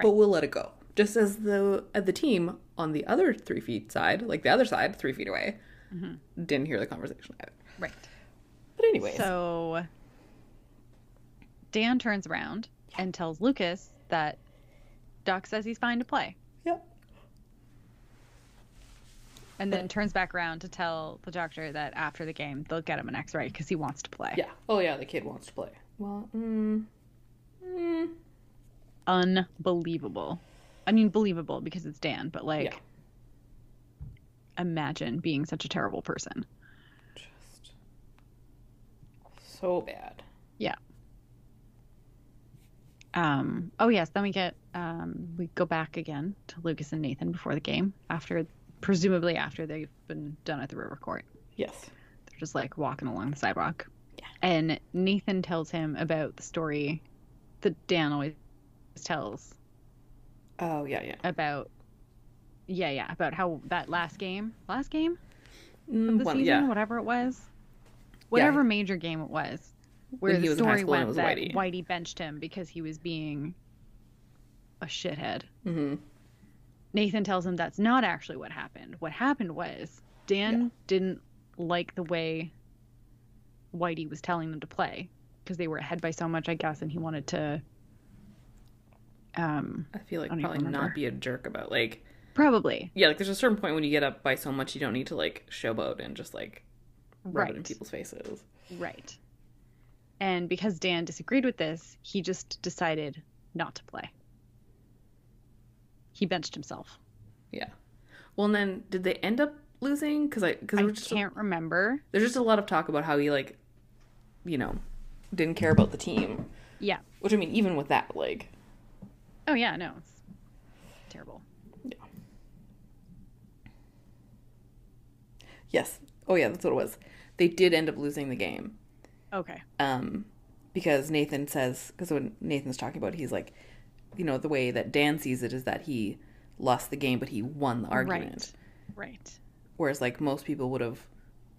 [SPEAKER 1] But we'll let it go. Just as the as the team on the other three feet side, like the other side, three feet away, didn't hear the conversation either.
[SPEAKER 2] Right.
[SPEAKER 1] But anyways,
[SPEAKER 2] Mm-hmm. So Dan turns around and tells Lucas that Doc says he's fine to play.
[SPEAKER 1] yep.
[SPEAKER 2] And then turns back around to tell the doctor that after the game they'll get him an X-ray because he wants to play.
[SPEAKER 1] Yeah. Oh yeah, the kid wants to play. Well, mm, mm,
[SPEAKER 2] Unbelievable. I mean, believable because it's Dan, but like,
[SPEAKER 1] Yeah.
[SPEAKER 2] imagine being such a terrible person.
[SPEAKER 1] just so bad.
[SPEAKER 2] Yeah. Um, oh yes, then we get um, we go back again to Lucas and Nathan before the game after presumably after they've been done at the river court.
[SPEAKER 1] Yes.
[SPEAKER 2] They're just like walking along the sidewalk. Yeah. And Nathan tells him about the story that Dan always tells
[SPEAKER 1] Oh yeah, yeah.
[SPEAKER 2] about yeah, yeah, about how that last game, last game
[SPEAKER 1] Mm,
[SPEAKER 2] of the
[SPEAKER 1] one-
[SPEAKER 2] season,
[SPEAKER 1] yeah.
[SPEAKER 2] whatever it was, whatever major game it was, where
[SPEAKER 1] When
[SPEAKER 2] the
[SPEAKER 1] he was in high
[SPEAKER 2] story
[SPEAKER 1] school and it
[SPEAKER 2] went
[SPEAKER 1] was
[SPEAKER 2] that
[SPEAKER 1] Whitey.
[SPEAKER 2] Whitey. benched him because he was being a shithead.
[SPEAKER 1] hmm
[SPEAKER 2] Nathan tells him that's not actually what happened. What happened was Dan didn't like the way Whitey was telling them to play because they were ahead by so much, I guess, and he wanted to. Um,
[SPEAKER 1] I feel like
[SPEAKER 2] don't even
[SPEAKER 1] probably not
[SPEAKER 2] remember.
[SPEAKER 1] be a jerk about like
[SPEAKER 2] probably
[SPEAKER 1] yeah, like there's a certain point when you get up by so much you don't need to like showboat and just like rub it in
[SPEAKER 2] Right.
[SPEAKER 1] people's faces.
[SPEAKER 2] right. And because Dan disagreed with this, he just decided not to play. He benched himself.
[SPEAKER 1] Yeah. Well, and then did they end up losing? Because I because
[SPEAKER 2] I
[SPEAKER 1] there's just a,
[SPEAKER 2] can't remember.
[SPEAKER 1] there's just a lot of talk about how he like, you know, didn't care about the team.
[SPEAKER 2] Yeah.
[SPEAKER 1] Which I mean, even with that, like,
[SPEAKER 2] Oh yeah, no, it's terrible.
[SPEAKER 1] yes, oh yeah, that's what it was. They did end up losing the game.
[SPEAKER 2] Okay.
[SPEAKER 1] um, because Nathan says because when Nathan's talking about it, he's like, you know, the way that Dan sees it is that he lost the game, but he won the argument.
[SPEAKER 2] Right.
[SPEAKER 1] Whereas like most people would have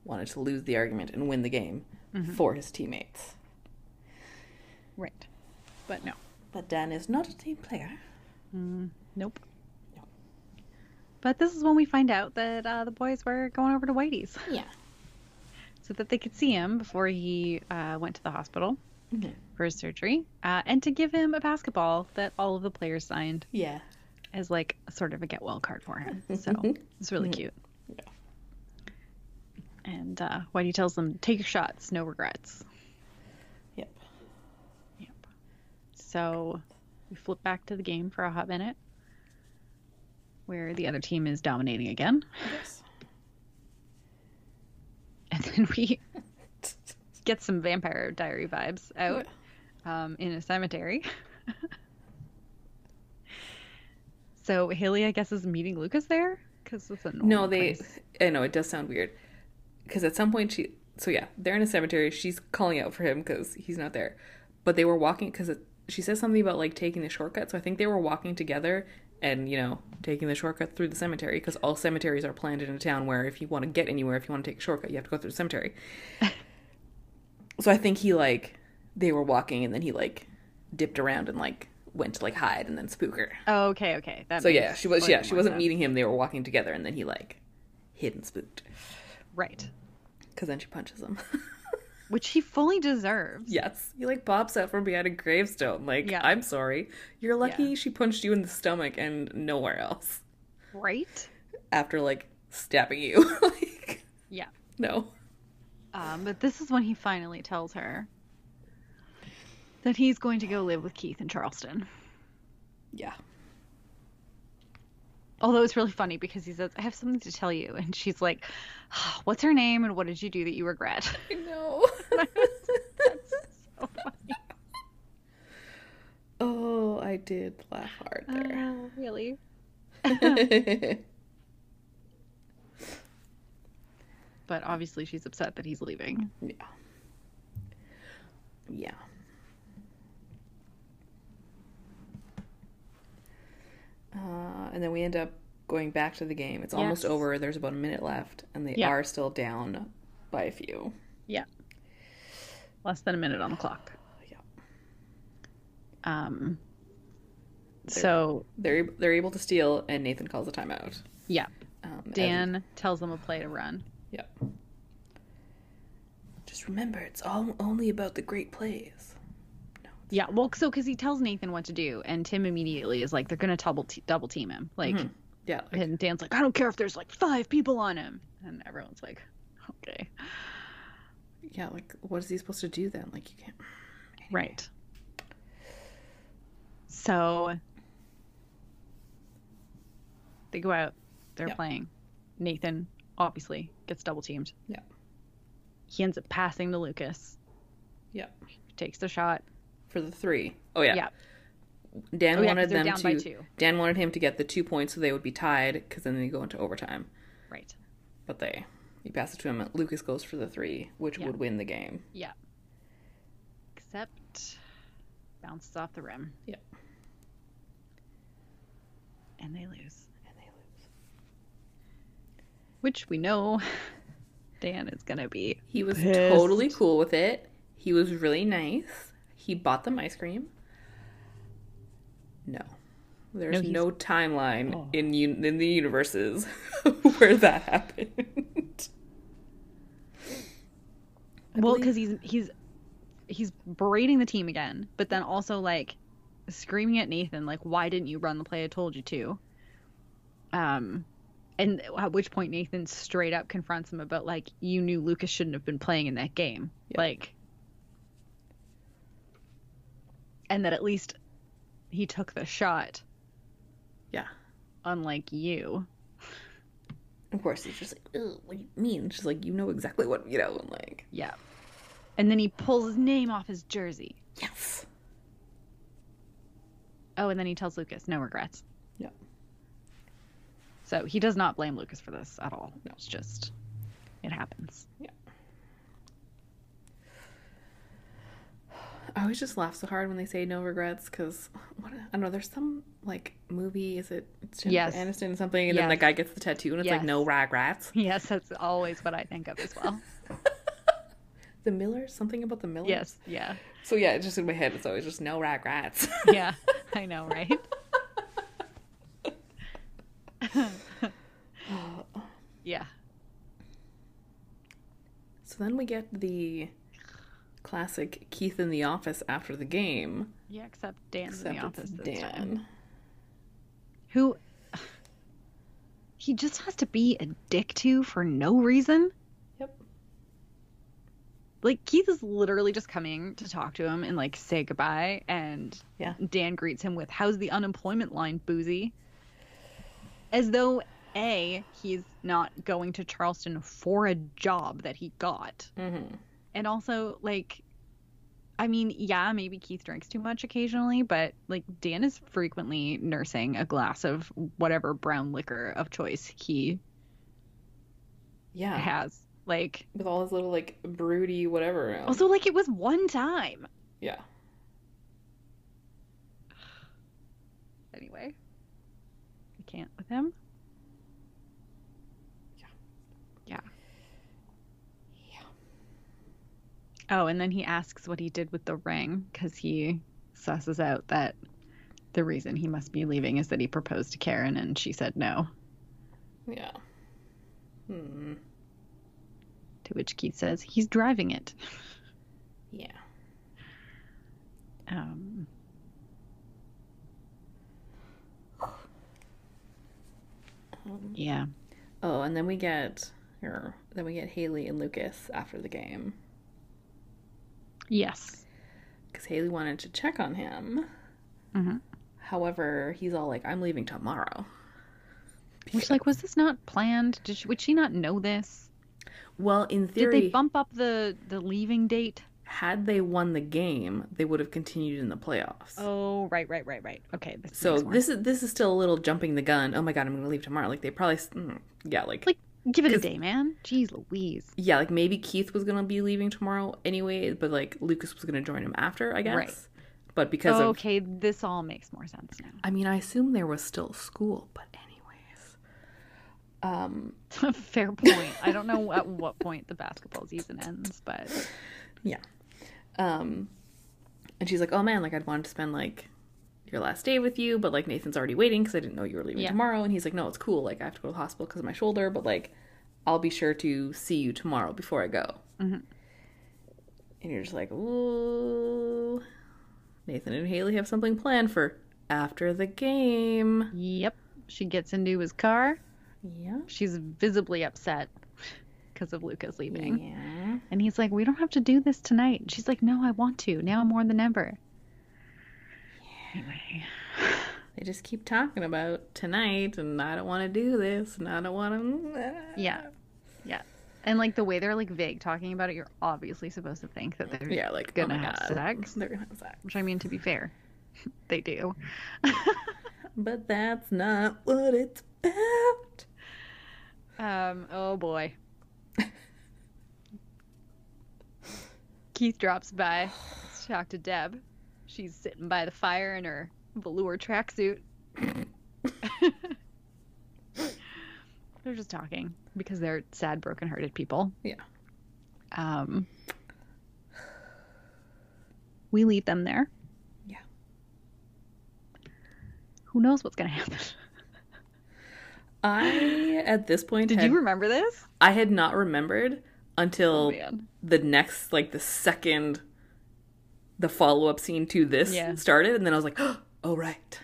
[SPEAKER 1] wanted to lose the argument and win the game for his teammates.
[SPEAKER 2] Right. But no.
[SPEAKER 1] But Dan is not a team player.
[SPEAKER 2] Nope.
[SPEAKER 1] No.
[SPEAKER 2] But this is when we find out that uh, the boys were going over to Whitey's
[SPEAKER 1] Yeah.
[SPEAKER 2] so that they could see him before he uh, went to the hospital
[SPEAKER 1] Mhm.
[SPEAKER 2] for his surgery uh, and to give him a basketball that all of the players signed
[SPEAKER 1] Yeah.
[SPEAKER 2] as like sort of a get well card for him. So it's really cute. And uh, Whitey tells them, take your shots, no regrets.
[SPEAKER 1] Yep.
[SPEAKER 2] Yep. So we flip back to the game for a hot minute where the other team is dominating again. (laughs)
[SPEAKER 1] Yes.
[SPEAKER 2] And then we (laughs) get some vampire diary vibes out um, in a cemetery. (laughs) so Haley, I guess, is meeting Lucas there because it's a normal
[SPEAKER 1] No, they.
[SPEAKER 2] place.
[SPEAKER 1] I know it does sound weird, because at some point she. So yeah, they're in a cemetery. She's calling out for him because he's not there, but they were walking because she says something about like taking the shortcut. So I think they were walking together and you know taking the shortcut through the cemetery because all cemeteries are planted in a town where if you want to get anywhere, if you want to take a shortcut, you have to go through the cemetery. so I think he like they were walking and then he like dipped around and like went to like hide and then spook her.
[SPEAKER 2] Oh, okay, okay. That
[SPEAKER 1] So
[SPEAKER 2] makes
[SPEAKER 1] yeah, she was
[SPEAKER 2] slightly
[SPEAKER 1] yeah, she
[SPEAKER 2] more
[SPEAKER 1] wasn't
[SPEAKER 2] sense.
[SPEAKER 1] meeting him. They were walking together, and then he like hid and spooked
[SPEAKER 2] right,
[SPEAKER 1] because then she punches him. (laughs)
[SPEAKER 2] which he fully deserves.
[SPEAKER 1] yes, he like pops out from behind a gravestone. Like
[SPEAKER 2] Yeah.
[SPEAKER 1] I'm sorry, you're lucky
[SPEAKER 2] Yeah.
[SPEAKER 1] she punched you in the stomach and nowhere else
[SPEAKER 2] Right?
[SPEAKER 1] after like stabbing you. (laughs) like
[SPEAKER 2] Yeah.
[SPEAKER 1] no,
[SPEAKER 2] Um, but this is when he finally tells her that he's going to go live with Keith in Charleston.
[SPEAKER 1] yeah,
[SPEAKER 2] Although it's really funny because he says, I have something to tell you. And she's like, "Ah, What's her name and what did you do that you regret? (laughs)
[SPEAKER 1] I (laughs) know.
[SPEAKER 2] That's so funny.
[SPEAKER 1] oh, I did laugh hard there. (laughs)
[SPEAKER 2] Oh, really? but obviously she's upset that he's leaving.
[SPEAKER 1] Yeah. Uh, and then we end up going back to the game. It's almost
[SPEAKER 2] Yes.
[SPEAKER 1] over. There's about a minute left, and they
[SPEAKER 2] Yeah.
[SPEAKER 1] are still down by a few.
[SPEAKER 2] Yeah. Less than a minute on the clock.
[SPEAKER 1] Yeah.
[SPEAKER 2] Um so
[SPEAKER 1] They're they're able to steal, and Nathan calls a timeout.
[SPEAKER 2] yeah,
[SPEAKER 1] Um, and-
[SPEAKER 2] Dan tells them a play to run.
[SPEAKER 1] Yep. Just remember, it's all only about the great plays.
[SPEAKER 2] Yeah, well, so because he tells Nathan what to do, and Tim immediately is like, they're gonna double te- double team him. Like,
[SPEAKER 1] Mhm. Yeah. like-
[SPEAKER 2] and Dan's like, I don't care if there's like five people on him, and everyone's like, okay,
[SPEAKER 1] yeah. Like, what is he supposed to do then? Like, you can't.
[SPEAKER 2] right. So they go out, they're
[SPEAKER 1] Yeah.
[SPEAKER 2] playing. Nathan obviously gets double teamed.
[SPEAKER 1] Yeah.
[SPEAKER 2] He ends up passing to Lucas,
[SPEAKER 1] Yeah.
[SPEAKER 2] takes the shot.
[SPEAKER 1] For the three. Oh yeah.
[SPEAKER 2] Yeah,
[SPEAKER 1] Dan
[SPEAKER 2] Oh, yeah, 'cause
[SPEAKER 1] wanted
[SPEAKER 2] they're
[SPEAKER 1] them
[SPEAKER 2] down by
[SPEAKER 1] to.
[SPEAKER 2] two.
[SPEAKER 1] Dan wanted him to get the two points so they would be tied because then they go into overtime.
[SPEAKER 2] right.
[SPEAKER 1] But they, you pass it to him. Lucas goes for the three, which
[SPEAKER 2] Yeah.
[SPEAKER 1] would win the game.
[SPEAKER 2] Yeah. Except bounces off the rim.
[SPEAKER 1] Yep.
[SPEAKER 2] And they lose.
[SPEAKER 1] And they lose.
[SPEAKER 2] Which we know (laughs) Dan is going to be.
[SPEAKER 1] He was
[SPEAKER 2] Pissed.
[SPEAKER 1] totally cool with it. He was really nice. He bought them ice cream. No,
[SPEAKER 2] No,
[SPEAKER 1] there's
[SPEAKER 2] he's-
[SPEAKER 1] no, timeline
[SPEAKER 2] Oh.
[SPEAKER 1] in un- in the universes (laughs) where that happened. I
[SPEAKER 2] Well,
[SPEAKER 1] believe-
[SPEAKER 2] because he's he's he's berating the team again, but then also like screaming at Nathan, like, "Why didn't you run the play I told you to?" Um, and at which point Nathan straight up confronts him about like, "You knew Lucas shouldn't have been playing in that game,"
[SPEAKER 1] Yeah.
[SPEAKER 2] like, and that at least he took the shot,
[SPEAKER 1] yeah.
[SPEAKER 2] unlike you.
[SPEAKER 1] Of course, he's just like, Ugh, what do you mean? She's like, you know exactly what you know, and like,
[SPEAKER 2] Yeah. And then he pulls his name off his jersey.
[SPEAKER 1] yes,
[SPEAKER 2] Oh, and then he tells Lucas, no regrets.
[SPEAKER 1] Yeah.
[SPEAKER 2] So he does not blame Lucas for this at all.
[SPEAKER 1] No.
[SPEAKER 2] It's just, it happens. (laughs)
[SPEAKER 1] I always just laugh so hard when they say no regrets because (laughs) what I don't know. There's some like movie. Is it it's Jennifer
[SPEAKER 2] Yes.
[SPEAKER 1] Aniston or something? And then that
[SPEAKER 2] Yes.
[SPEAKER 1] guy gets the tattoo, and it's like
[SPEAKER 2] Yes.
[SPEAKER 1] no regrets.
[SPEAKER 2] Yes, that's always what I think of
[SPEAKER 1] (laughs)
[SPEAKER 2] as well.
[SPEAKER 1] The Millers, something about the Millers.
[SPEAKER 2] yes, yeah,
[SPEAKER 1] So yeah, it's just in my head. It's always just no regrets. (laughs)
[SPEAKER 2] yeah. (laughs) I know, right? yeah.
[SPEAKER 1] so then we get the classic Keith in the office after the game.
[SPEAKER 2] Yeah, except Dan's in
[SPEAKER 1] Except
[SPEAKER 2] the office
[SPEAKER 1] it's
[SPEAKER 2] this time.
[SPEAKER 1] Dan.
[SPEAKER 2] Who (sighs) he just has to be a dick to for no reason.
[SPEAKER 1] Yep.
[SPEAKER 2] Like Keith is literally just coming to talk to him and like say goodbye and
[SPEAKER 1] Yeah.
[SPEAKER 2] Dan greets him with how's the unemployment line boozy as though a he's not going to Charleston for a job that he got
[SPEAKER 1] Mm-hmm.
[SPEAKER 2] and also like I mean yeah maybe Keith drinks too much occasionally but like Dan is frequently nursing a glass of whatever brown liquor of choice he
[SPEAKER 1] Yeah.
[SPEAKER 2] has like
[SPEAKER 1] With all his little like broody whatever. um,
[SPEAKER 2] also like it was one time
[SPEAKER 1] yeah.
[SPEAKER 2] anyway I can't with him
[SPEAKER 1] Yeah.
[SPEAKER 2] Oh, and then he asks what he did with the ring because he susses out that the reason he must be leaving is that he proposed to Karen and she said no.
[SPEAKER 1] Yeah. Hmm.
[SPEAKER 2] To which Keith says he's driving it.
[SPEAKER 1] (sighs) Yeah.
[SPEAKER 2] Um,
[SPEAKER 1] Um,
[SPEAKER 2] yeah.
[SPEAKER 1] oh, and then we get or then we get Haley and Lucas after the game
[SPEAKER 2] Yes.
[SPEAKER 1] because Haley wanted to check on him.
[SPEAKER 2] Mhm.
[SPEAKER 1] However, he's all like, "I'm leaving tomorrow."
[SPEAKER 2] Which, like, was this not planned? Did she, would she not know this?
[SPEAKER 1] Well, in
[SPEAKER 2] Did
[SPEAKER 1] theory,
[SPEAKER 2] they bump up the the leaving date?
[SPEAKER 1] had they won the game, they would have continued in the playoffs.
[SPEAKER 2] Oh, right, right, right, right. Okay. This
[SPEAKER 1] so
[SPEAKER 2] makes more
[SPEAKER 1] this is this is still a little jumping the gun. Oh my god, I'm going to leave tomorrow. Like they probably, mm, yeah, like,
[SPEAKER 2] Like- Give it a
[SPEAKER 1] 'Cause-
[SPEAKER 2] day, man. Jeez Louise.
[SPEAKER 1] yeah, like maybe Keith was gonna be leaving tomorrow anyway, but like Lucas was gonna join him after, I guess.
[SPEAKER 2] Right. Oh,
[SPEAKER 1] But because of
[SPEAKER 2] Okay, this all makes more sense
[SPEAKER 1] I mean, I assume there was still school, but anyways. Um
[SPEAKER 2] now. (laughs) Fair point. I don't know at what point the basketball season ends, but
[SPEAKER 1] Yeah. Um and she's like, "Oh man, like I'd wanted to spend like your last day with you, but like Nathan's already waiting cuz I didn't know you were leaving
[SPEAKER 2] Yeah.
[SPEAKER 1] tomorrow." And he's like, "No, it's cool. Like I have to go to the hospital cuz of my shoulder, but like I'll be sure to see you tomorrow before I go."
[SPEAKER 2] Mhm.
[SPEAKER 1] And you're just like, "Ooh. Nathan and Haley have something planned for after the game."
[SPEAKER 2] yep. She gets into his car.
[SPEAKER 1] Yeah.
[SPEAKER 2] She's visibly upset because of Lucas leaving.
[SPEAKER 1] Yeah.
[SPEAKER 2] And he's like, We don't have to do this tonight. And she's like, No, I want to. Now more than ever. Anyway.
[SPEAKER 1] They just keep talking about tonight and I don't want to do this and I don't mm, want to
[SPEAKER 2] Yeah. Yeah. And like the way they're like vague talking about it, you're obviously supposed to think that they're
[SPEAKER 1] Yeah, like
[SPEAKER 2] gonna
[SPEAKER 1] oh my
[SPEAKER 2] have
[SPEAKER 1] God.
[SPEAKER 2] sex.
[SPEAKER 1] They're gonna have sex.
[SPEAKER 2] Which I mean, to be fair, (laughs) they do.
[SPEAKER 1] But that's not what it's about.
[SPEAKER 2] Um. Oh boy. (laughs) Keith drops
[SPEAKER 1] (sighs)
[SPEAKER 2] by to talk to Deb. She's sitting by the fire in her velour tracksuit. (laughs) they're just talking because they're sad, broken-hearted people.
[SPEAKER 1] Yeah.
[SPEAKER 2] Um. We leave them there.
[SPEAKER 1] Yeah.
[SPEAKER 2] Who knows what's gonna happen?
[SPEAKER 1] I at this point
[SPEAKER 2] Did
[SPEAKER 1] had,
[SPEAKER 2] you Oh, remember this?
[SPEAKER 1] I had not remembered until
[SPEAKER 2] man.
[SPEAKER 1] the next like the second the follow up scene to this
[SPEAKER 2] Yeah.
[SPEAKER 1] started and then I was like, (gasps) Oh right.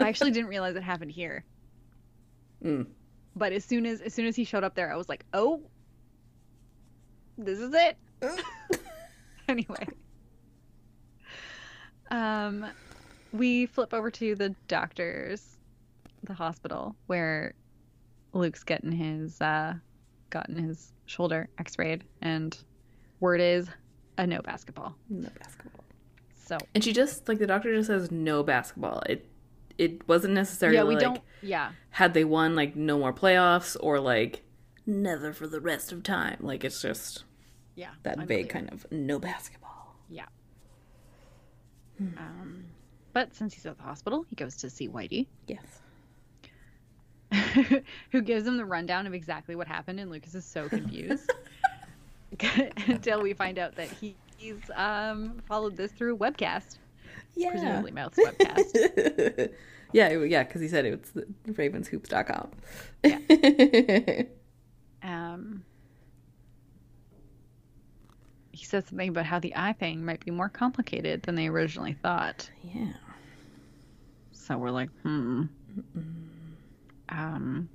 [SPEAKER 2] I actually didn't realize it happened here.
[SPEAKER 1] Mm.
[SPEAKER 2] But as soon as as soon as he showed up there, I was like, "Oh, this is it." (laughs) anyway, um, we flip over to the doctor's, the hospital where Luke's getting his uh, gotten his shoulder X-rayed, and word is a no basketball.
[SPEAKER 1] No basketball.
[SPEAKER 2] So
[SPEAKER 1] And she just like the doctor just says no basketball. It it wasn't necessarily
[SPEAKER 2] yeah, we
[SPEAKER 1] like,
[SPEAKER 2] don't. Yeah,
[SPEAKER 1] had they won like no more playoffs or like never for the rest of time. Like it's just
[SPEAKER 2] yeah,
[SPEAKER 1] that vague kind of no basketball.
[SPEAKER 2] Yeah. Um, but since he's at the hospital, he goes to see Whitey, (laughs)
[SPEAKER 1] Yes.
[SPEAKER 2] who gives him the rundown of exactly what happened, and Lucas is so confused. (laughs) Until we find out that he, he's um, followed this through webcast,
[SPEAKER 1] Yeah. (laughs)
[SPEAKER 2] presumably Mouth's webcast.
[SPEAKER 1] yeah, it- yeah, because he said it was the ravenshoops.com.
[SPEAKER 2] Yeah.
[SPEAKER 1] Yeah.
[SPEAKER 2] Um, he says something about how the eye thing might be more complicated than they originally thought.
[SPEAKER 1] (laughs) yeah.
[SPEAKER 2] So we're like, hmm. Um,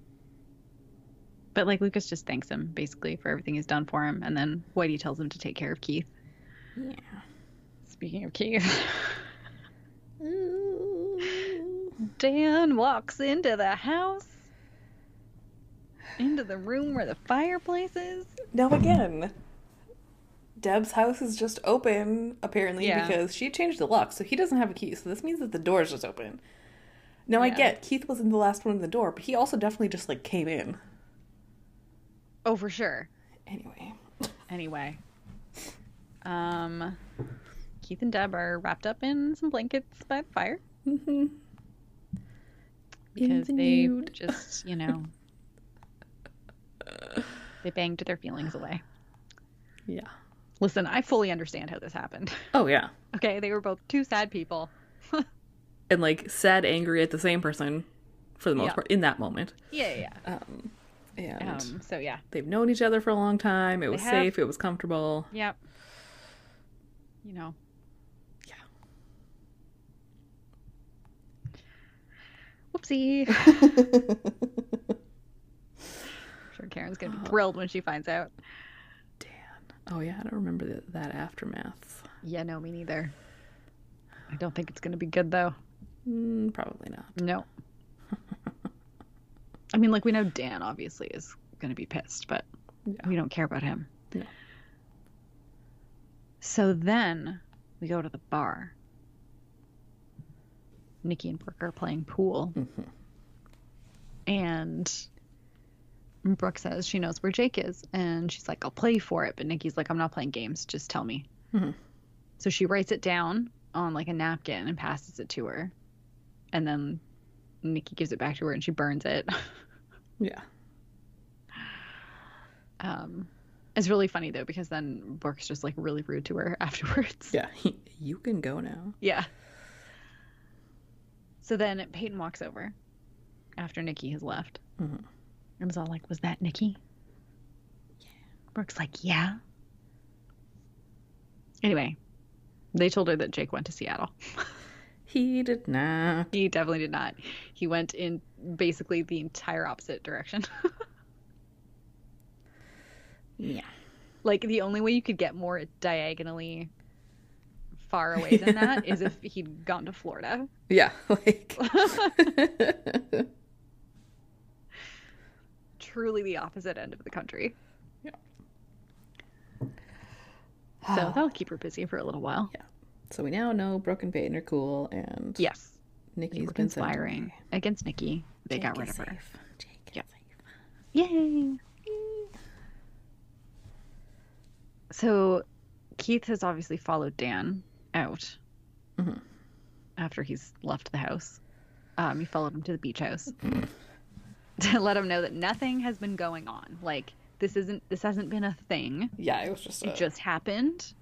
[SPEAKER 2] but like Lucas just thanks him basically for everything he's done for him, and then Whitey tells him to take care of Keith. Speaking of Keith, (laughs)
[SPEAKER 1] Ooh.
[SPEAKER 2] Dan walks into the house, into the room where the fireplace is.
[SPEAKER 1] Now again, Deb's house is just open apparently
[SPEAKER 2] Yeah.
[SPEAKER 1] because she changed the lock, so he doesn't have a key. So this means that the door is just open. Now I
[SPEAKER 2] Yeah.
[SPEAKER 1] get Keith wasn't the last one in the door, but he also definitely just like came in.
[SPEAKER 2] Oh, for sure.
[SPEAKER 1] Anyway,
[SPEAKER 2] Anyway, um, Keith and Deb are wrapped up in some blankets by the fire
[SPEAKER 1] mm-hmm.
[SPEAKER 2] because
[SPEAKER 1] the
[SPEAKER 2] they
[SPEAKER 1] nude.
[SPEAKER 2] just, you (laughs) know, they banged their feelings away.
[SPEAKER 1] yeah.
[SPEAKER 2] Listen, I fully understand how this happened. (laughs)
[SPEAKER 1] Oh yeah,
[SPEAKER 2] Okay, they were both two sad people.
[SPEAKER 1] and like sad, angry at the same person for the most
[SPEAKER 2] Yeah.
[SPEAKER 1] part in that moment.
[SPEAKER 2] Yeah, yeah.
[SPEAKER 1] Um, and
[SPEAKER 2] yeah. Um, so yeah,
[SPEAKER 1] they've known each other for a long time. It was
[SPEAKER 2] have.
[SPEAKER 1] safe. It was
[SPEAKER 2] (laughs)
[SPEAKER 1] comfortable.
[SPEAKER 2] yep. You know.
[SPEAKER 1] Yeah.
[SPEAKER 2] Whoopsie. (laughs) sure, Karen's gonna be thrilled when she finds out.
[SPEAKER 1] Oh yeah, I don't remember that, that aftermath.
[SPEAKER 2] Yeah, no, me neither. I don't think it's gonna be good though.
[SPEAKER 1] Mm, probably not.
[SPEAKER 2] No. (laughs) I mean, like we know Dan obviously is gonna be pissed, but
[SPEAKER 1] Yeah.
[SPEAKER 2] we don't care about him.
[SPEAKER 1] No.
[SPEAKER 2] So then we go to the bar.
[SPEAKER 1] Mm-hmm.
[SPEAKER 2] Nikki and Brooke are playing pool. And And Brooke says she knows where Jake is, and she's like, I'll play for it. But Nikki's like, I'm not playing games. Just tell me.
[SPEAKER 1] Mhm.
[SPEAKER 2] So she writes it down on like a napkin and passes it to her. And then Nikki gives it back to her and she burns it. (laughs)
[SPEAKER 1] Yeah.
[SPEAKER 2] Um, it's really funny though, because then Brooke's just like really rude to her (laughs) afterwards.
[SPEAKER 1] Yeah. (laughs) you can go now.
[SPEAKER 2] Yeah. So then Peyton walks over after Nikki has left.
[SPEAKER 1] Mhm.
[SPEAKER 2] And was all like, Was that Nikki? Brooke's like, Yeah. Anyway, they told her that Jake went to Seattle.
[SPEAKER 1] He did not.
[SPEAKER 2] He definitely did not. He went in basically the entire opposite direction. (laughs)
[SPEAKER 1] Yeah.
[SPEAKER 2] like, the only way you could get more diagonally far away than that is if he'd gone to Florida.
[SPEAKER 1] Yeah. (laughs)
[SPEAKER 2] (laughs)
[SPEAKER 1] Like.
[SPEAKER 2] Truly the opposite end of the country.
[SPEAKER 1] Yeah.
[SPEAKER 2] So that'll keep her busy for a little while.
[SPEAKER 1] so we now know Brooke and Peyton are cool, and
[SPEAKER 2] Yes.
[SPEAKER 1] Nikki's
[SPEAKER 2] He's
[SPEAKER 1] been sent away.
[SPEAKER 2] conspiring against Nikki. They
[SPEAKER 1] Jake
[SPEAKER 2] got rid
[SPEAKER 1] is
[SPEAKER 2] of her.
[SPEAKER 1] safe. Jake is
[SPEAKER 2] Yep.
[SPEAKER 1] safe.
[SPEAKER 2] Yay! So Keith has obviously followed Dan out
[SPEAKER 1] Mhm.
[SPEAKER 2] after he's left the house. Um, he followed him to the beach house (laughs) to let him know that nothing has been going on. Like this isn't this hasn't been a thing.
[SPEAKER 1] Yeah, it was just. A,
[SPEAKER 2] It just happened.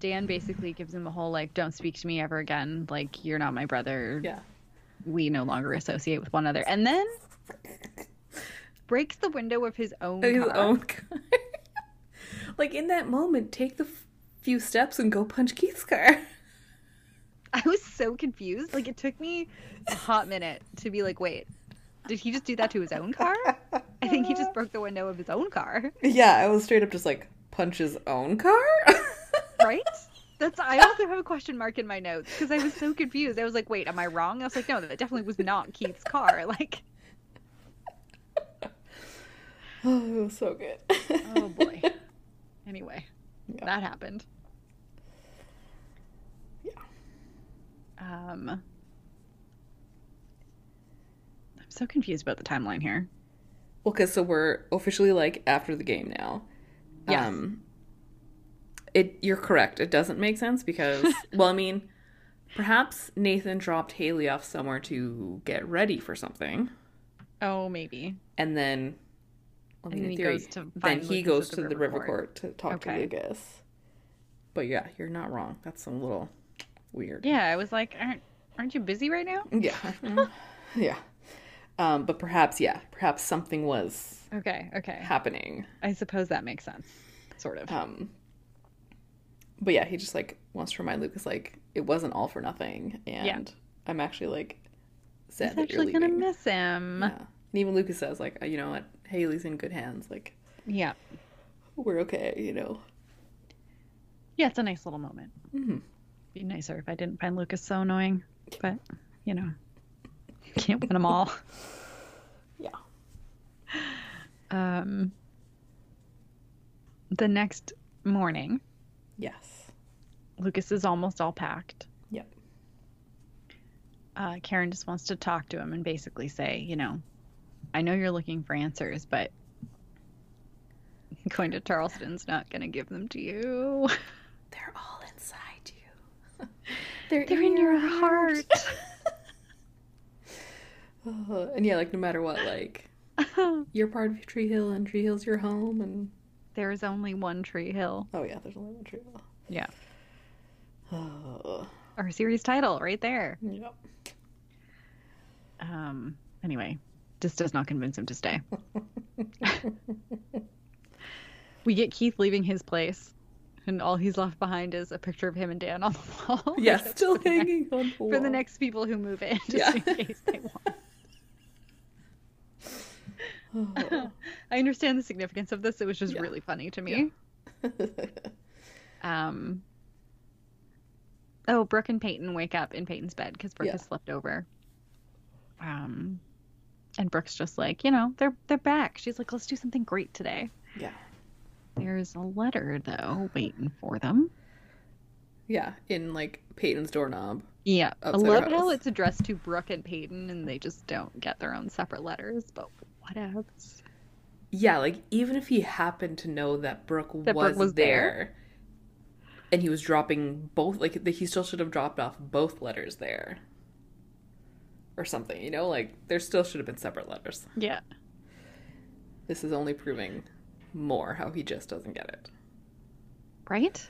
[SPEAKER 2] Dan basically gives him a whole like, "Don't speak to me ever again. Like you're not my brother.
[SPEAKER 1] yeah.
[SPEAKER 2] we no longer associate with one another. And then breaks the window of his own
[SPEAKER 1] His
[SPEAKER 2] car.
[SPEAKER 1] own car. (laughs) like in that moment, take the f- few steps and go punch Keith's car.
[SPEAKER 2] (laughs)
[SPEAKER 1] (laughs)
[SPEAKER 2] I was so confused. Like it took me a hot minute to be like, wait, did he just do that to his own car? I think he just broke the window of his own car, (laughs)
[SPEAKER 1] Yeah, I was straight up just like punch his own car. (laughs)
[SPEAKER 2] right? That's I also have a question mark in my notes because I was so confused. I was like, wait, am I wrong? I was like, no, that definitely was not Keith's car. (laughs) Like,
[SPEAKER 1] oh, it was so good. (laughs)
[SPEAKER 2] oh boy. Anyway,
[SPEAKER 1] Yeah.
[SPEAKER 2] that happened.
[SPEAKER 1] Yeah.
[SPEAKER 2] Um, I'm so confused about the timeline here.
[SPEAKER 1] Well, because so we're officially like after the game now.
[SPEAKER 2] Yes.
[SPEAKER 1] Um, it you're correct. It doesn't make sense (laughs) because well, I mean, perhaps Nathan dropped Haley off somewhere to get ready for something,
[SPEAKER 2] Oh, maybe.
[SPEAKER 1] and then well, I mean,
[SPEAKER 2] And
[SPEAKER 1] in
[SPEAKER 2] then he
[SPEAKER 1] theory,
[SPEAKER 2] goes to
[SPEAKER 1] then
[SPEAKER 2] find
[SPEAKER 1] he
[SPEAKER 2] Lucas
[SPEAKER 1] goes
[SPEAKER 2] at
[SPEAKER 1] to the river court to talk
[SPEAKER 2] Okay.
[SPEAKER 1] to Lucas. But yeah, you're not wrong. That's a little weird.
[SPEAKER 2] Yeah, I was like, aren't aren't you busy right now?
[SPEAKER 1] Yeah. (laughs) yeah. Um, but perhaps, yeah, perhaps something was
[SPEAKER 2] Okay, okay.
[SPEAKER 1] happening.
[SPEAKER 2] I suppose that makes sense. Sort of.
[SPEAKER 1] Um, but yeah, he just like wants to remind Lucas like it wasn't all for nothing, and I'm actually like sad
[SPEAKER 2] He's
[SPEAKER 1] that you're
[SPEAKER 2] actually
[SPEAKER 1] leaving.
[SPEAKER 2] gonna miss him.
[SPEAKER 1] yeah. And even Lucas says like "Uh, you know what, Haley's in good hands. Like
[SPEAKER 2] yeah.
[SPEAKER 1] we're okay, you know.
[SPEAKER 2] Yeah, it's a nice little moment.
[SPEAKER 1] Mhm.
[SPEAKER 2] Be nicer if I didn't find Lucas so annoying, but you know, can't win them (laughs) all.
[SPEAKER 1] Yeah.
[SPEAKER 2] Um, the next morning,
[SPEAKER 1] Yes.
[SPEAKER 2] Lucas is almost all packed.
[SPEAKER 1] Yep.
[SPEAKER 2] Uh, Karen just wants to talk to him and basically say, you know, I know you're looking for answers, but going to Charleston's not going to give them to you.
[SPEAKER 1] They're all inside you. (laughs)
[SPEAKER 2] They're in your heart.
[SPEAKER 1] Uh, and yeah, like no matter what, (laughs) like you're part of Tree Hill, and Tree Hill's your home, and
[SPEAKER 2] (laughs) there is only one Tree Hill.
[SPEAKER 1] Oh yeah, there's only one tree hill.
[SPEAKER 2] Yeah.
[SPEAKER 1] Oh,
[SPEAKER 2] Our series title right there.
[SPEAKER 1] yep.
[SPEAKER 2] Um, anyway, this does not convince him to (laughs) stay. we get Keith leaving his place, and all he's left behind is a picture of him and Dan on the wall.
[SPEAKER 1] Yeah, still hanging on the
[SPEAKER 2] (laughs) For the
[SPEAKER 1] wall.
[SPEAKER 2] next people who move in, just
[SPEAKER 1] Yeah.
[SPEAKER 2] in case (laughs) they
[SPEAKER 1] (laughs)
[SPEAKER 2] want.
[SPEAKER 1] Oh.
[SPEAKER 2] I understand the significance of this. It was just
[SPEAKER 1] Yeah.
[SPEAKER 2] really funny to me. Um, oh, Brooke and Peyton wake up in Peyton's bed because Brooke
[SPEAKER 1] Yeah.
[SPEAKER 2] has slept over. Um, and Brooke's just like, you know, they're they're back. She's like, let's do something great today.
[SPEAKER 1] yeah,
[SPEAKER 2] There's a letter though waiting for them.
[SPEAKER 1] yeah. In like Peyton's doorknob,
[SPEAKER 2] Yeah.
[SPEAKER 1] Oh,
[SPEAKER 2] I
[SPEAKER 1] so
[SPEAKER 2] love
[SPEAKER 1] it
[SPEAKER 2] how
[SPEAKER 1] was.
[SPEAKER 2] it's addressed to Brooke and Peyton and they just don't get their own separate letters, but what else?
[SPEAKER 1] Yeah, like even if he happened to know that Brooke
[SPEAKER 2] That
[SPEAKER 1] was,
[SPEAKER 2] Brooke was
[SPEAKER 1] there,
[SPEAKER 2] there.
[SPEAKER 1] and he was dropping both, like he still should have dropped off both letters there, or something. You know, like there still should have been separate letters.
[SPEAKER 2] Yeah.
[SPEAKER 1] This is only proving more how he just doesn't get it.
[SPEAKER 2] Right?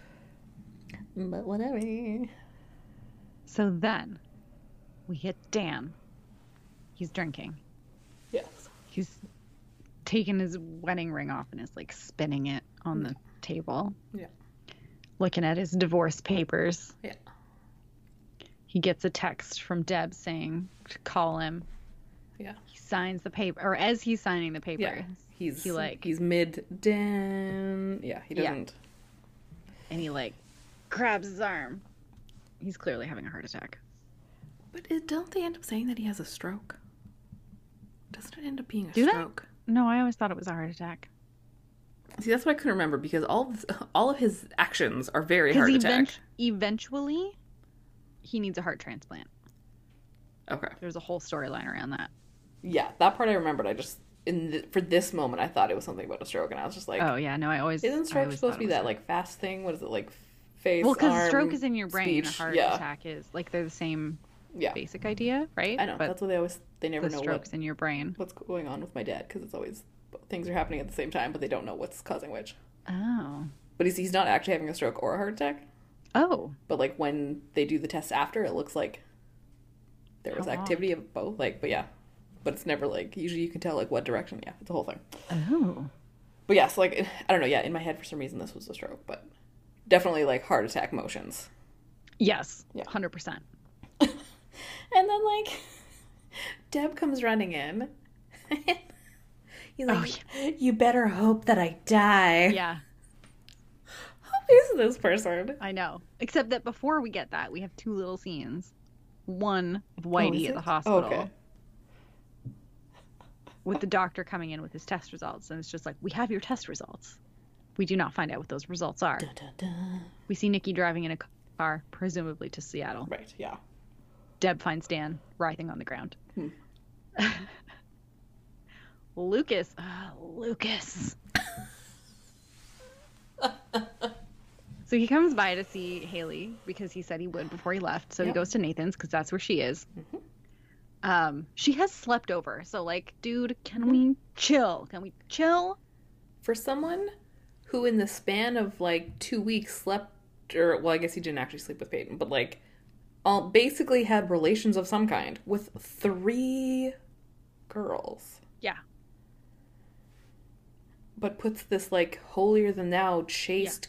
[SPEAKER 1] But whatever.
[SPEAKER 2] So then we hit Dan. He's drinking.
[SPEAKER 1] Yes.
[SPEAKER 2] He's taken his wedding ring off and is like spinning it on the table.
[SPEAKER 1] Yeah.
[SPEAKER 2] Looking at his divorce papers.
[SPEAKER 1] Yeah.
[SPEAKER 2] He gets a text from Deb saying to call him.
[SPEAKER 1] Yeah.
[SPEAKER 2] He signs the paper, or as he's signing the paper,
[SPEAKER 1] Yeah. He's
[SPEAKER 2] He, like-
[SPEAKER 1] he's mid down. Yeah, he
[SPEAKER 2] Yeah.
[SPEAKER 1] doesn't.
[SPEAKER 2] and he like grabs his arm. He's clearly having a heart attack.
[SPEAKER 1] But it, don't they end up saying that he has a stroke? Doesn't it end up being a
[SPEAKER 2] Do they?
[SPEAKER 1] stroke?
[SPEAKER 2] No, I always thought it was a heart attack.
[SPEAKER 1] See, that's what I couldn't remember because all of, (laughs) all of his actions are very
[SPEAKER 2] Because
[SPEAKER 1] heart attack.
[SPEAKER 2] event- eventually, he needs a heart transplant.
[SPEAKER 1] Okay.
[SPEAKER 2] There's a whole storyline around that.
[SPEAKER 1] Yeah, that part I remembered. I just in th for this moment I thought it was something about a stroke, and I was just like,
[SPEAKER 2] Oh yeah, no, I always I
[SPEAKER 1] isn't stroke
[SPEAKER 2] always
[SPEAKER 1] supposed
[SPEAKER 2] thought
[SPEAKER 1] to be
[SPEAKER 2] it was
[SPEAKER 1] that like fast thing? What is it like? Face.
[SPEAKER 2] Well, because
[SPEAKER 1] arm,
[SPEAKER 2] stroke is in your brain, a
[SPEAKER 1] speech.
[SPEAKER 2] heart
[SPEAKER 1] yeah.
[SPEAKER 2] attack is like they're the same
[SPEAKER 1] Yeah,
[SPEAKER 2] basic idea, right?
[SPEAKER 1] I know.
[SPEAKER 2] But
[SPEAKER 1] that's what they always. They never
[SPEAKER 2] the
[SPEAKER 1] know
[SPEAKER 2] strokes
[SPEAKER 1] what,
[SPEAKER 2] in your brain.
[SPEAKER 1] what's going on with my dad because it's always things are happening at the same time, but they don't know what's causing which.
[SPEAKER 2] Oh,
[SPEAKER 1] But he's he's not actually having a stroke or a heart attack.
[SPEAKER 2] oh,
[SPEAKER 1] But like when they do the test after, it looks like there was
[SPEAKER 2] How odd.
[SPEAKER 1] activity of both. Like, but yeah, but it's never like usually you can tell like what direction. Yeah, it's a whole thing.
[SPEAKER 2] oh.
[SPEAKER 1] But yes, like I don't know. Yeah, in my head for some reason this was a stroke, but definitely like heart attack motions.
[SPEAKER 2] Yes,
[SPEAKER 1] Yeah.
[SPEAKER 2] hundred percent.
[SPEAKER 1] And then like (laughs) Deb comes running in. (laughs) He's like, "You better hope that I die." (laughs)
[SPEAKER 2] Oh, Yeah,
[SPEAKER 1] Who is this person?
[SPEAKER 2] I know. Except that before we get that, we have two little scenes. One of
[SPEAKER 1] Oh,
[SPEAKER 2] Whitey at the hospital with the doctor coming in with his test results, and it's just like, we have your test results. We do not find out what those results are.
[SPEAKER 1] Dun, dun, dun.
[SPEAKER 2] We see Nikki driving in a car, presumably to Seattle.
[SPEAKER 1] Right. Yeah.
[SPEAKER 2] Deb finds Dan writhing on the ground. (laughs) Lucas, ah, Lucas. so he comes by to see Haley because he said he would before he left. So he
[SPEAKER 1] Yep.
[SPEAKER 2] goes to Nathan's because that's where she is. Um, she has slept over. So like, dude, can we chill? Can we chill?
[SPEAKER 1] For someone who, in the span of like two weeks, slept or well, I guess he didn't actually sleep with Peyton, but like, all basically had relations of some kind with three girls.
[SPEAKER 2] Yeah.
[SPEAKER 1] but puts this like holier than thou chaste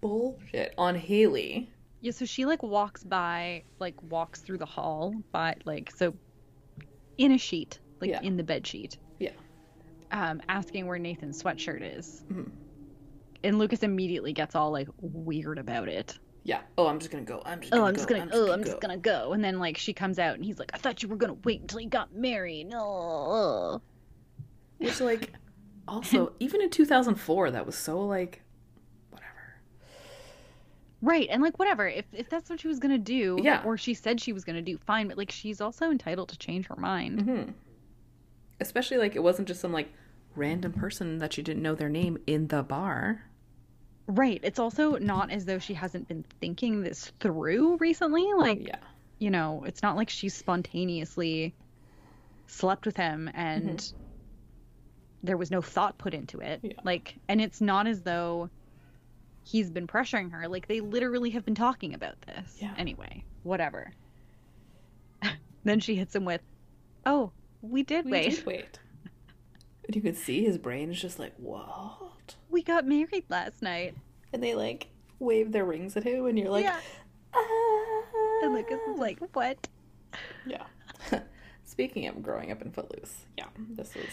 [SPEAKER 1] bullshit on Haley.
[SPEAKER 2] Yeah, so she like walks by, like walks through the hall, but like so in a sheet, like
[SPEAKER 1] Yeah.
[SPEAKER 2] in the bed sheet.
[SPEAKER 1] Yeah.
[SPEAKER 2] Um, asking where Nathan's sweatshirt is.
[SPEAKER 1] Mhm.
[SPEAKER 2] And Lucas immediately gets all like weird about it.
[SPEAKER 1] Yeah. Oh, I'm just gonna go. I'm just
[SPEAKER 2] Oh,
[SPEAKER 1] gonna
[SPEAKER 2] I'm
[SPEAKER 1] go.
[SPEAKER 2] just gonna, oh, I'm
[SPEAKER 1] go.
[SPEAKER 2] just gonna go. And then like she comes out and he's like, I thought you were gonna wait until you got married. No.
[SPEAKER 1] Which like also even in 2004 that was so like whatever.
[SPEAKER 2] Right, and like whatever, if if that's what she was gonna do,
[SPEAKER 1] Yeah.
[SPEAKER 2] or she said she was gonna do, fine. But like she's also entitled to change her mind.
[SPEAKER 1] hmm Especially like it wasn't just some like random person that you didn't know their name in the bar.
[SPEAKER 2] Right. It's also not as though she hasn't been thinking this through recently. Like,
[SPEAKER 1] Yeah.
[SPEAKER 2] you know, it's not like she spontaneously slept with him and there was no thought put into it.
[SPEAKER 1] Mm-hmm. Yeah.
[SPEAKER 2] Like, and it's not as though he's been pressuring her. Like, they literally have been talking about this.
[SPEAKER 1] Yeah.
[SPEAKER 2] Anyway, whatever. (laughs) then she hits him with, oh, we did
[SPEAKER 1] We
[SPEAKER 2] wait.
[SPEAKER 1] did wait. (laughs) And you could see his brain is just like what?
[SPEAKER 2] We got married last night.
[SPEAKER 1] And they like wave their rings at him, and you're like,
[SPEAKER 2] yeah.
[SPEAKER 1] ah.
[SPEAKER 2] And Lucas is like, what?
[SPEAKER 1] Yeah. (laughs) Speaking of growing up in Footloose, yeah, this was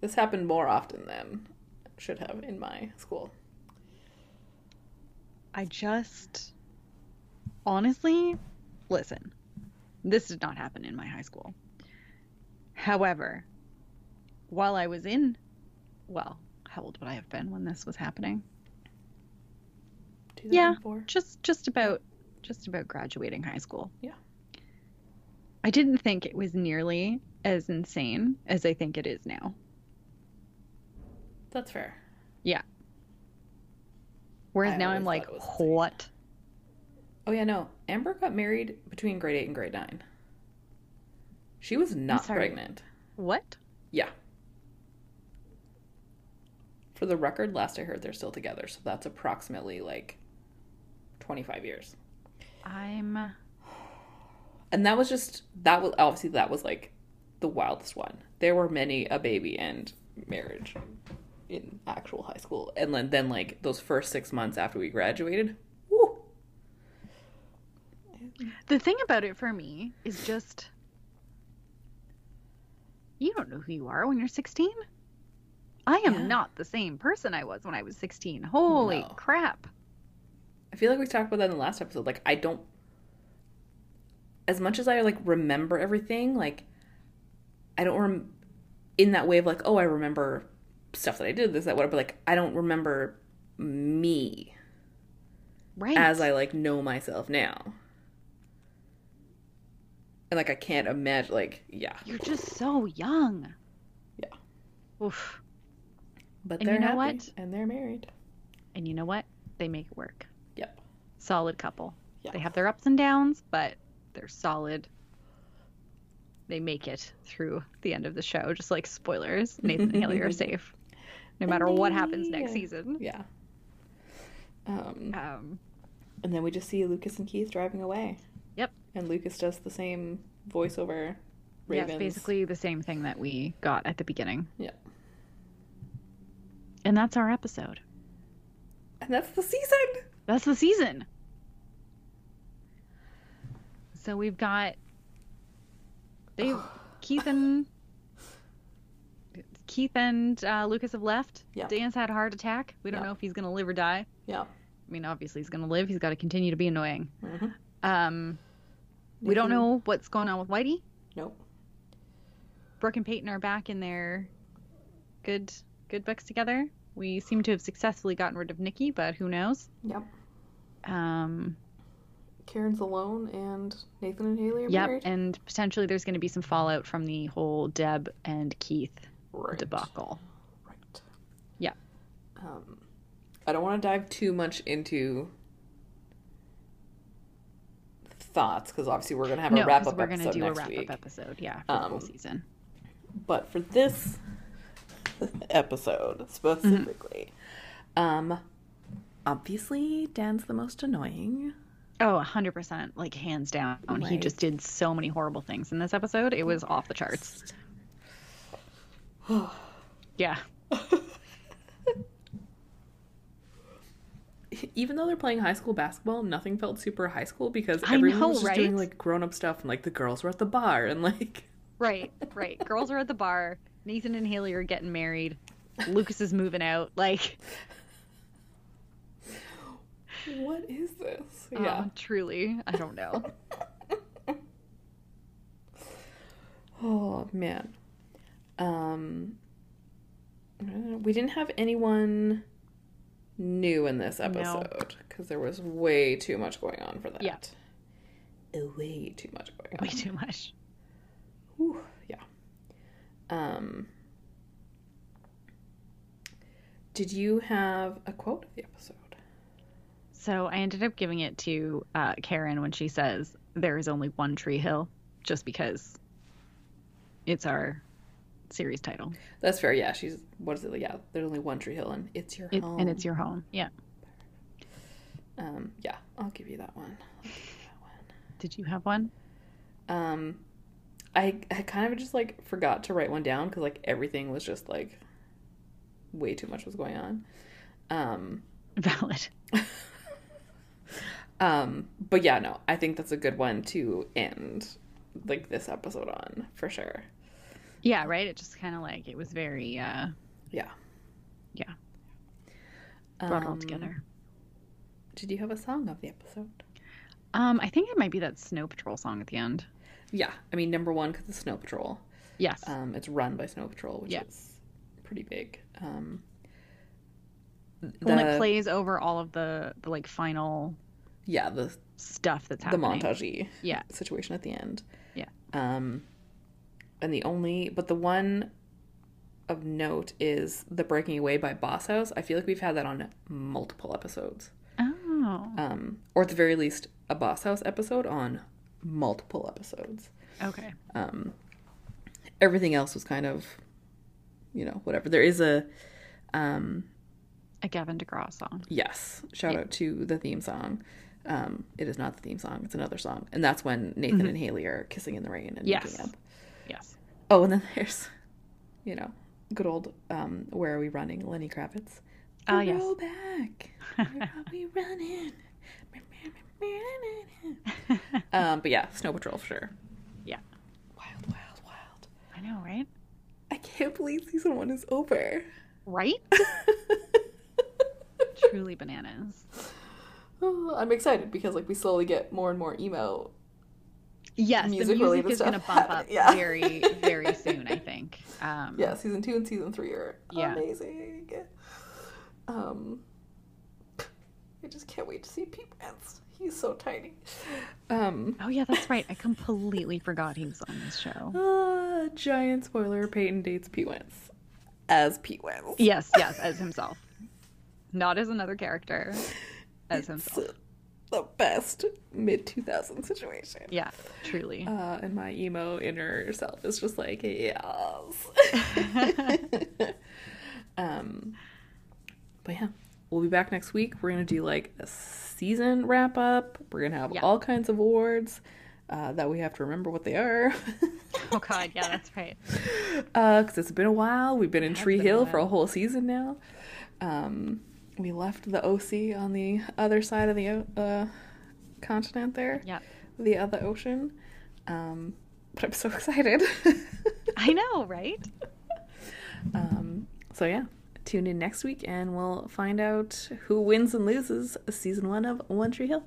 [SPEAKER 1] this happened more often than it should have in my school.
[SPEAKER 2] I just honestly listen. This did not happen in my high school. However, while I was in, well, how old would I have been when this was happening? Yeah.
[SPEAKER 1] 2004?
[SPEAKER 2] Just just about just about graduating high school.
[SPEAKER 1] Yeah.
[SPEAKER 2] I didn't think it was nearly as insane as I think it is now.
[SPEAKER 1] That's fair.
[SPEAKER 2] Whereas
[SPEAKER 1] I
[SPEAKER 2] now
[SPEAKER 1] always
[SPEAKER 2] I'm
[SPEAKER 1] thought
[SPEAKER 2] like,
[SPEAKER 1] it was insane.
[SPEAKER 2] what?
[SPEAKER 1] Oh yeah, no. Amber got married between grade eight and grade nine. She was not
[SPEAKER 2] sorry.
[SPEAKER 1] pregnant.
[SPEAKER 2] What?
[SPEAKER 1] Yeah. For the record, last I heard, they're still together, so that's approximately like twenty-five years.
[SPEAKER 2] I'm
[SPEAKER 1] And that was just that was obviously that was like the wildest one. There were many a baby and marriage in actual high school, and then then like those first six months after we graduated. Woo,
[SPEAKER 2] The thing about it for me is just you don't know who you are when you're 16. I am
[SPEAKER 1] Yeah.
[SPEAKER 2] not the same person I was when I was 16. Holy
[SPEAKER 1] No.
[SPEAKER 2] crap.
[SPEAKER 1] I feel like we talked about that in the last episode. Like I don't as much as I like remember everything, like I don't rem in that way of like, oh, I remember stuff that I did, this, that, whatever, but like I don't remember me
[SPEAKER 2] Right.
[SPEAKER 1] as I like know myself now. And like I can't imagine like yeah.
[SPEAKER 2] You're just so young.
[SPEAKER 1] Yeah.
[SPEAKER 2] Oof.
[SPEAKER 1] But
[SPEAKER 2] And
[SPEAKER 1] they're
[SPEAKER 2] you know
[SPEAKER 1] happy
[SPEAKER 2] what?
[SPEAKER 1] and they're married.
[SPEAKER 2] And you know what? They make it work.
[SPEAKER 1] Yep.
[SPEAKER 2] Solid couple.
[SPEAKER 1] Yeah.
[SPEAKER 2] They have their ups and downs, but they're solid. They make it through the end of the show. Just like spoilers, Nathan and
[SPEAKER 1] (laughs)
[SPEAKER 2] Haley are safe. No matter what happens next
[SPEAKER 1] Yeah.
[SPEAKER 2] season.
[SPEAKER 1] Yeah. Um
[SPEAKER 2] Um,
[SPEAKER 1] and then we just see Lucas and Keith driving away.
[SPEAKER 2] Yep.
[SPEAKER 1] And Lucas does the same voiceover. Ravens.
[SPEAKER 2] Yes, basically the same thing that we got at the beginning.
[SPEAKER 1] Yeah.
[SPEAKER 2] And that's our episode.
[SPEAKER 1] And that's the season.
[SPEAKER 2] That's the season. So we've got
[SPEAKER 1] (sighs)
[SPEAKER 2] they Keith and Keith and uh, Lucas have left.
[SPEAKER 1] Yeah.
[SPEAKER 2] Dan's had a heart attack. We don't
[SPEAKER 1] Yeah.
[SPEAKER 2] know if he's gonna live or die.
[SPEAKER 1] Yeah.
[SPEAKER 2] I mean, obviously he's gonna live. He's got to continue to be annoying.
[SPEAKER 1] Mm-hmm.
[SPEAKER 2] Um, we don't
[SPEAKER 1] Nathan-
[SPEAKER 2] know what's going on with Whitey.
[SPEAKER 1] Nope.
[SPEAKER 2] Brooke and Peyton are back in their good good books together. We seem to have successfully gotten rid of Nikki, but who knows?
[SPEAKER 1] Yep.
[SPEAKER 2] Um,
[SPEAKER 1] Karen's alone and Nathan and Haley are
[SPEAKER 2] yep,
[SPEAKER 1] married.
[SPEAKER 2] and potentially there's going to be some fallout from the whole Deb and Keith
[SPEAKER 1] right.
[SPEAKER 2] debacle.
[SPEAKER 1] Right.
[SPEAKER 2] Yeah.
[SPEAKER 1] Um, I don't want to dive too much into thoughts because obviously we're going to have a
[SPEAKER 2] no,
[SPEAKER 1] wrap
[SPEAKER 2] because
[SPEAKER 1] up
[SPEAKER 2] we're going
[SPEAKER 1] episode
[SPEAKER 2] to do a
[SPEAKER 1] next
[SPEAKER 2] wrap
[SPEAKER 1] week.
[SPEAKER 2] up episode, yeah, for the whole
[SPEAKER 1] Um,
[SPEAKER 2] season.
[SPEAKER 1] But for this (laughs) episode specifically, um, obviously Dan's the most annoying.
[SPEAKER 2] Oh, 100%, like hands down. He
[SPEAKER 1] Right.
[SPEAKER 2] just did so many horrible things in this episode. It was off
[SPEAKER 1] (sighs)
[SPEAKER 2] the charts. yeah.
[SPEAKER 1] Even though they're playing high school basketball, nothing felt super high school because
[SPEAKER 2] I
[SPEAKER 1] everyone
[SPEAKER 2] know,
[SPEAKER 1] was just doing
[SPEAKER 2] right?
[SPEAKER 1] like grown up stuff and like the girls were at the bar and like (laughs)
[SPEAKER 2] Right, right. Girls are at the bar. Nathan and Haley are getting married. Lucas is moving out. Like,
[SPEAKER 1] what is this?
[SPEAKER 2] yeah, um, truly, I don't know.
[SPEAKER 1] Oh man. Um uh, we didn't have anyone new in this episode because there was way too much going on for that.
[SPEAKER 2] Yeah.
[SPEAKER 1] Uh, Way too much going
[SPEAKER 2] Way
[SPEAKER 1] on.
[SPEAKER 2] too much.
[SPEAKER 1] Whew, yeah. Um Did you have a quote of the episode?
[SPEAKER 2] So I ended up giving it to uh, Karen when she says there is only one Tree Hill, just because it's our series title
[SPEAKER 1] That's fair. Yeah, she's what is it? Yeah, there's only one Tree Hill, and it's your
[SPEAKER 2] it,
[SPEAKER 1] home.
[SPEAKER 2] and it's your home. Yeah.
[SPEAKER 1] um, yeah. I'll give you that one.
[SPEAKER 2] Did you have one? (laughs)
[SPEAKER 1] um i i kind of just like forgot to write one down because like everything was just like way too much was going on um
[SPEAKER 2] Valid.
[SPEAKER 1] um but yeah no i think that's a good one to end like this episode on for sure
[SPEAKER 2] Yeah. Right. It just kind of like it was very uh,
[SPEAKER 1] yeah
[SPEAKER 2] Yeah.
[SPEAKER 1] brought
[SPEAKER 2] brought
[SPEAKER 1] Um,
[SPEAKER 2] all together.
[SPEAKER 1] did you have a song of the episode
[SPEAKER 2] Um, I think it might be that Snow Patrol song at the end.
[SPEAKER 1] yeah i mean number one because it's snow patrol
[SPEAKER 2] Yes.
[SPEAKER 1] Um, it's run by Snow Patrol, which
[SPEAKER 2] Yeah.
[SPEAKER 1] is pretty big. Um,
[SPEAKER 2] Well, and
[SPEAKER 1] the-
[SPEAKER 2] it plays over all of the, the like final
[SPEAKER 1] yeah, the
[SPEAKER 2] stuff that's
[SPEAKER 1] the
[SPEAKER 2] happening.
[SPEAKER 1] montage
[SPEAKER 2] Yeah.
[SPEAKER 1] situation at the end.
[SPEAKER 2] Yeah.
[SPEAKER 1] Um and the only but the one of note is the breaking away by boss house. I feel like we've had that on multiple episodes.
[SPEAKER 2] Oh.
[SPEAKER 1] Um or at the very least a boss house episode on multiple episodes. Um,
[SPEAKER 2] Okay.
[SPEAKER 1] Everything else was kind of you know, whatever. There is a um,
[SPEAKER 2] A Gavin DeGraw song.
[SPEAKER 1] Yes. Shout out to the theme song. Um, it is not the theme song, it's another song. And that's when Nathan and Haley are kissing in the rain and
[SPEAKER 2] Mm-hmm. Yes.
[SPEAKER 1] making up.
[SPEAKER 2] (laughs) Yes.
[SPEAKER 1] Oh, and then (laughs) there's, you know, good old um, Where Are We Running? Lenny Kravitz.
[SPEAKER 2] Ah,
[SPEAKER 1] We
[SPEAKER 2] yes.
[SPEAKER 1] roll back. Where are
[SPEAKER 2] (laughs)
[SPEAKER 1] we running? um, but yeah, Snow Patrol for sure.
[SPEAKER 2] Yeah.
[SPEAKER 1] Wild, wild, wild.
[SPEAKER 2] I know, right?
[SPEAKER 1] I can't believe season one is
[SPEAKER 2] (laughs)
[SPEAKER 1] over. (laughs)
[SPEAKER 2] Right? Truly bananas.
[SPEAKER 1] Oh, I'm excited because like we slowly get more and more emo
[SPEAKER 2] Yes,
[SPEAKER 1] Music
[SPEAKER 2] the music
[SPEAKER 1] related
[SPEAKER 2] is going to
[SPEAKER 1] stuff
[SPEAKER 2] bump up
[SPEAKER 1] happening, (laughs) yeah.
[SPEAKER 2] very, very soon, I think. Um,
[SPEAKER 1] yeah season two and season three are
[SPEAKER 2] Yeah.
[SPEAKER 1] amazing um i just can't wait to see pete Wentz. he's so tiny um
[SPEAKER 2] Oh, yeah, that's right. I completely forgot he was on this show.
[SPEAKER 1] uh, giant spoiler peyton dates pete Wentz as pete Wentz.
[SPEAKER 2] Yes, yes, as himself. Not as another character, as himself.
[SPEAKER 1] It's the best mid-2000 situation
[SPEAKER 2] Yeah, truly.
[SPEAKER 1] uh, and my emo inner self is just like
[SPEAKER 2] (laughs)
[SPEAKER 1] yes um but yeah we'll be back next week we're gonna do like a season wrap up we're gonna have
[SPEAKER 2] Yeah.
[SPEAKER 1] all kinds of awards uh, that we have to remember what they are
[SPEAKER 2] Oh, God,
[SPEAKER 1] (laughs)
[SPEAKER 2] yeah, that's right.
[SPEAKER 1] because it's been a while we've been in tree
[SPEAKER 2] been a
[SPEAKER 1] hill for a whole season now um, we left the oc on the other side of the o- uh, continent there
[SPEAKER 2] Yeah.
[SPEAKER 1] the other ocean. Um, but I'm so (laughs) excited.
[SPEAKER 2] I know, right?
[SPEAKER 1] (laughs) um, so yeah, tune in next week and we'll find out who wins and loses season one of One Tree Hill.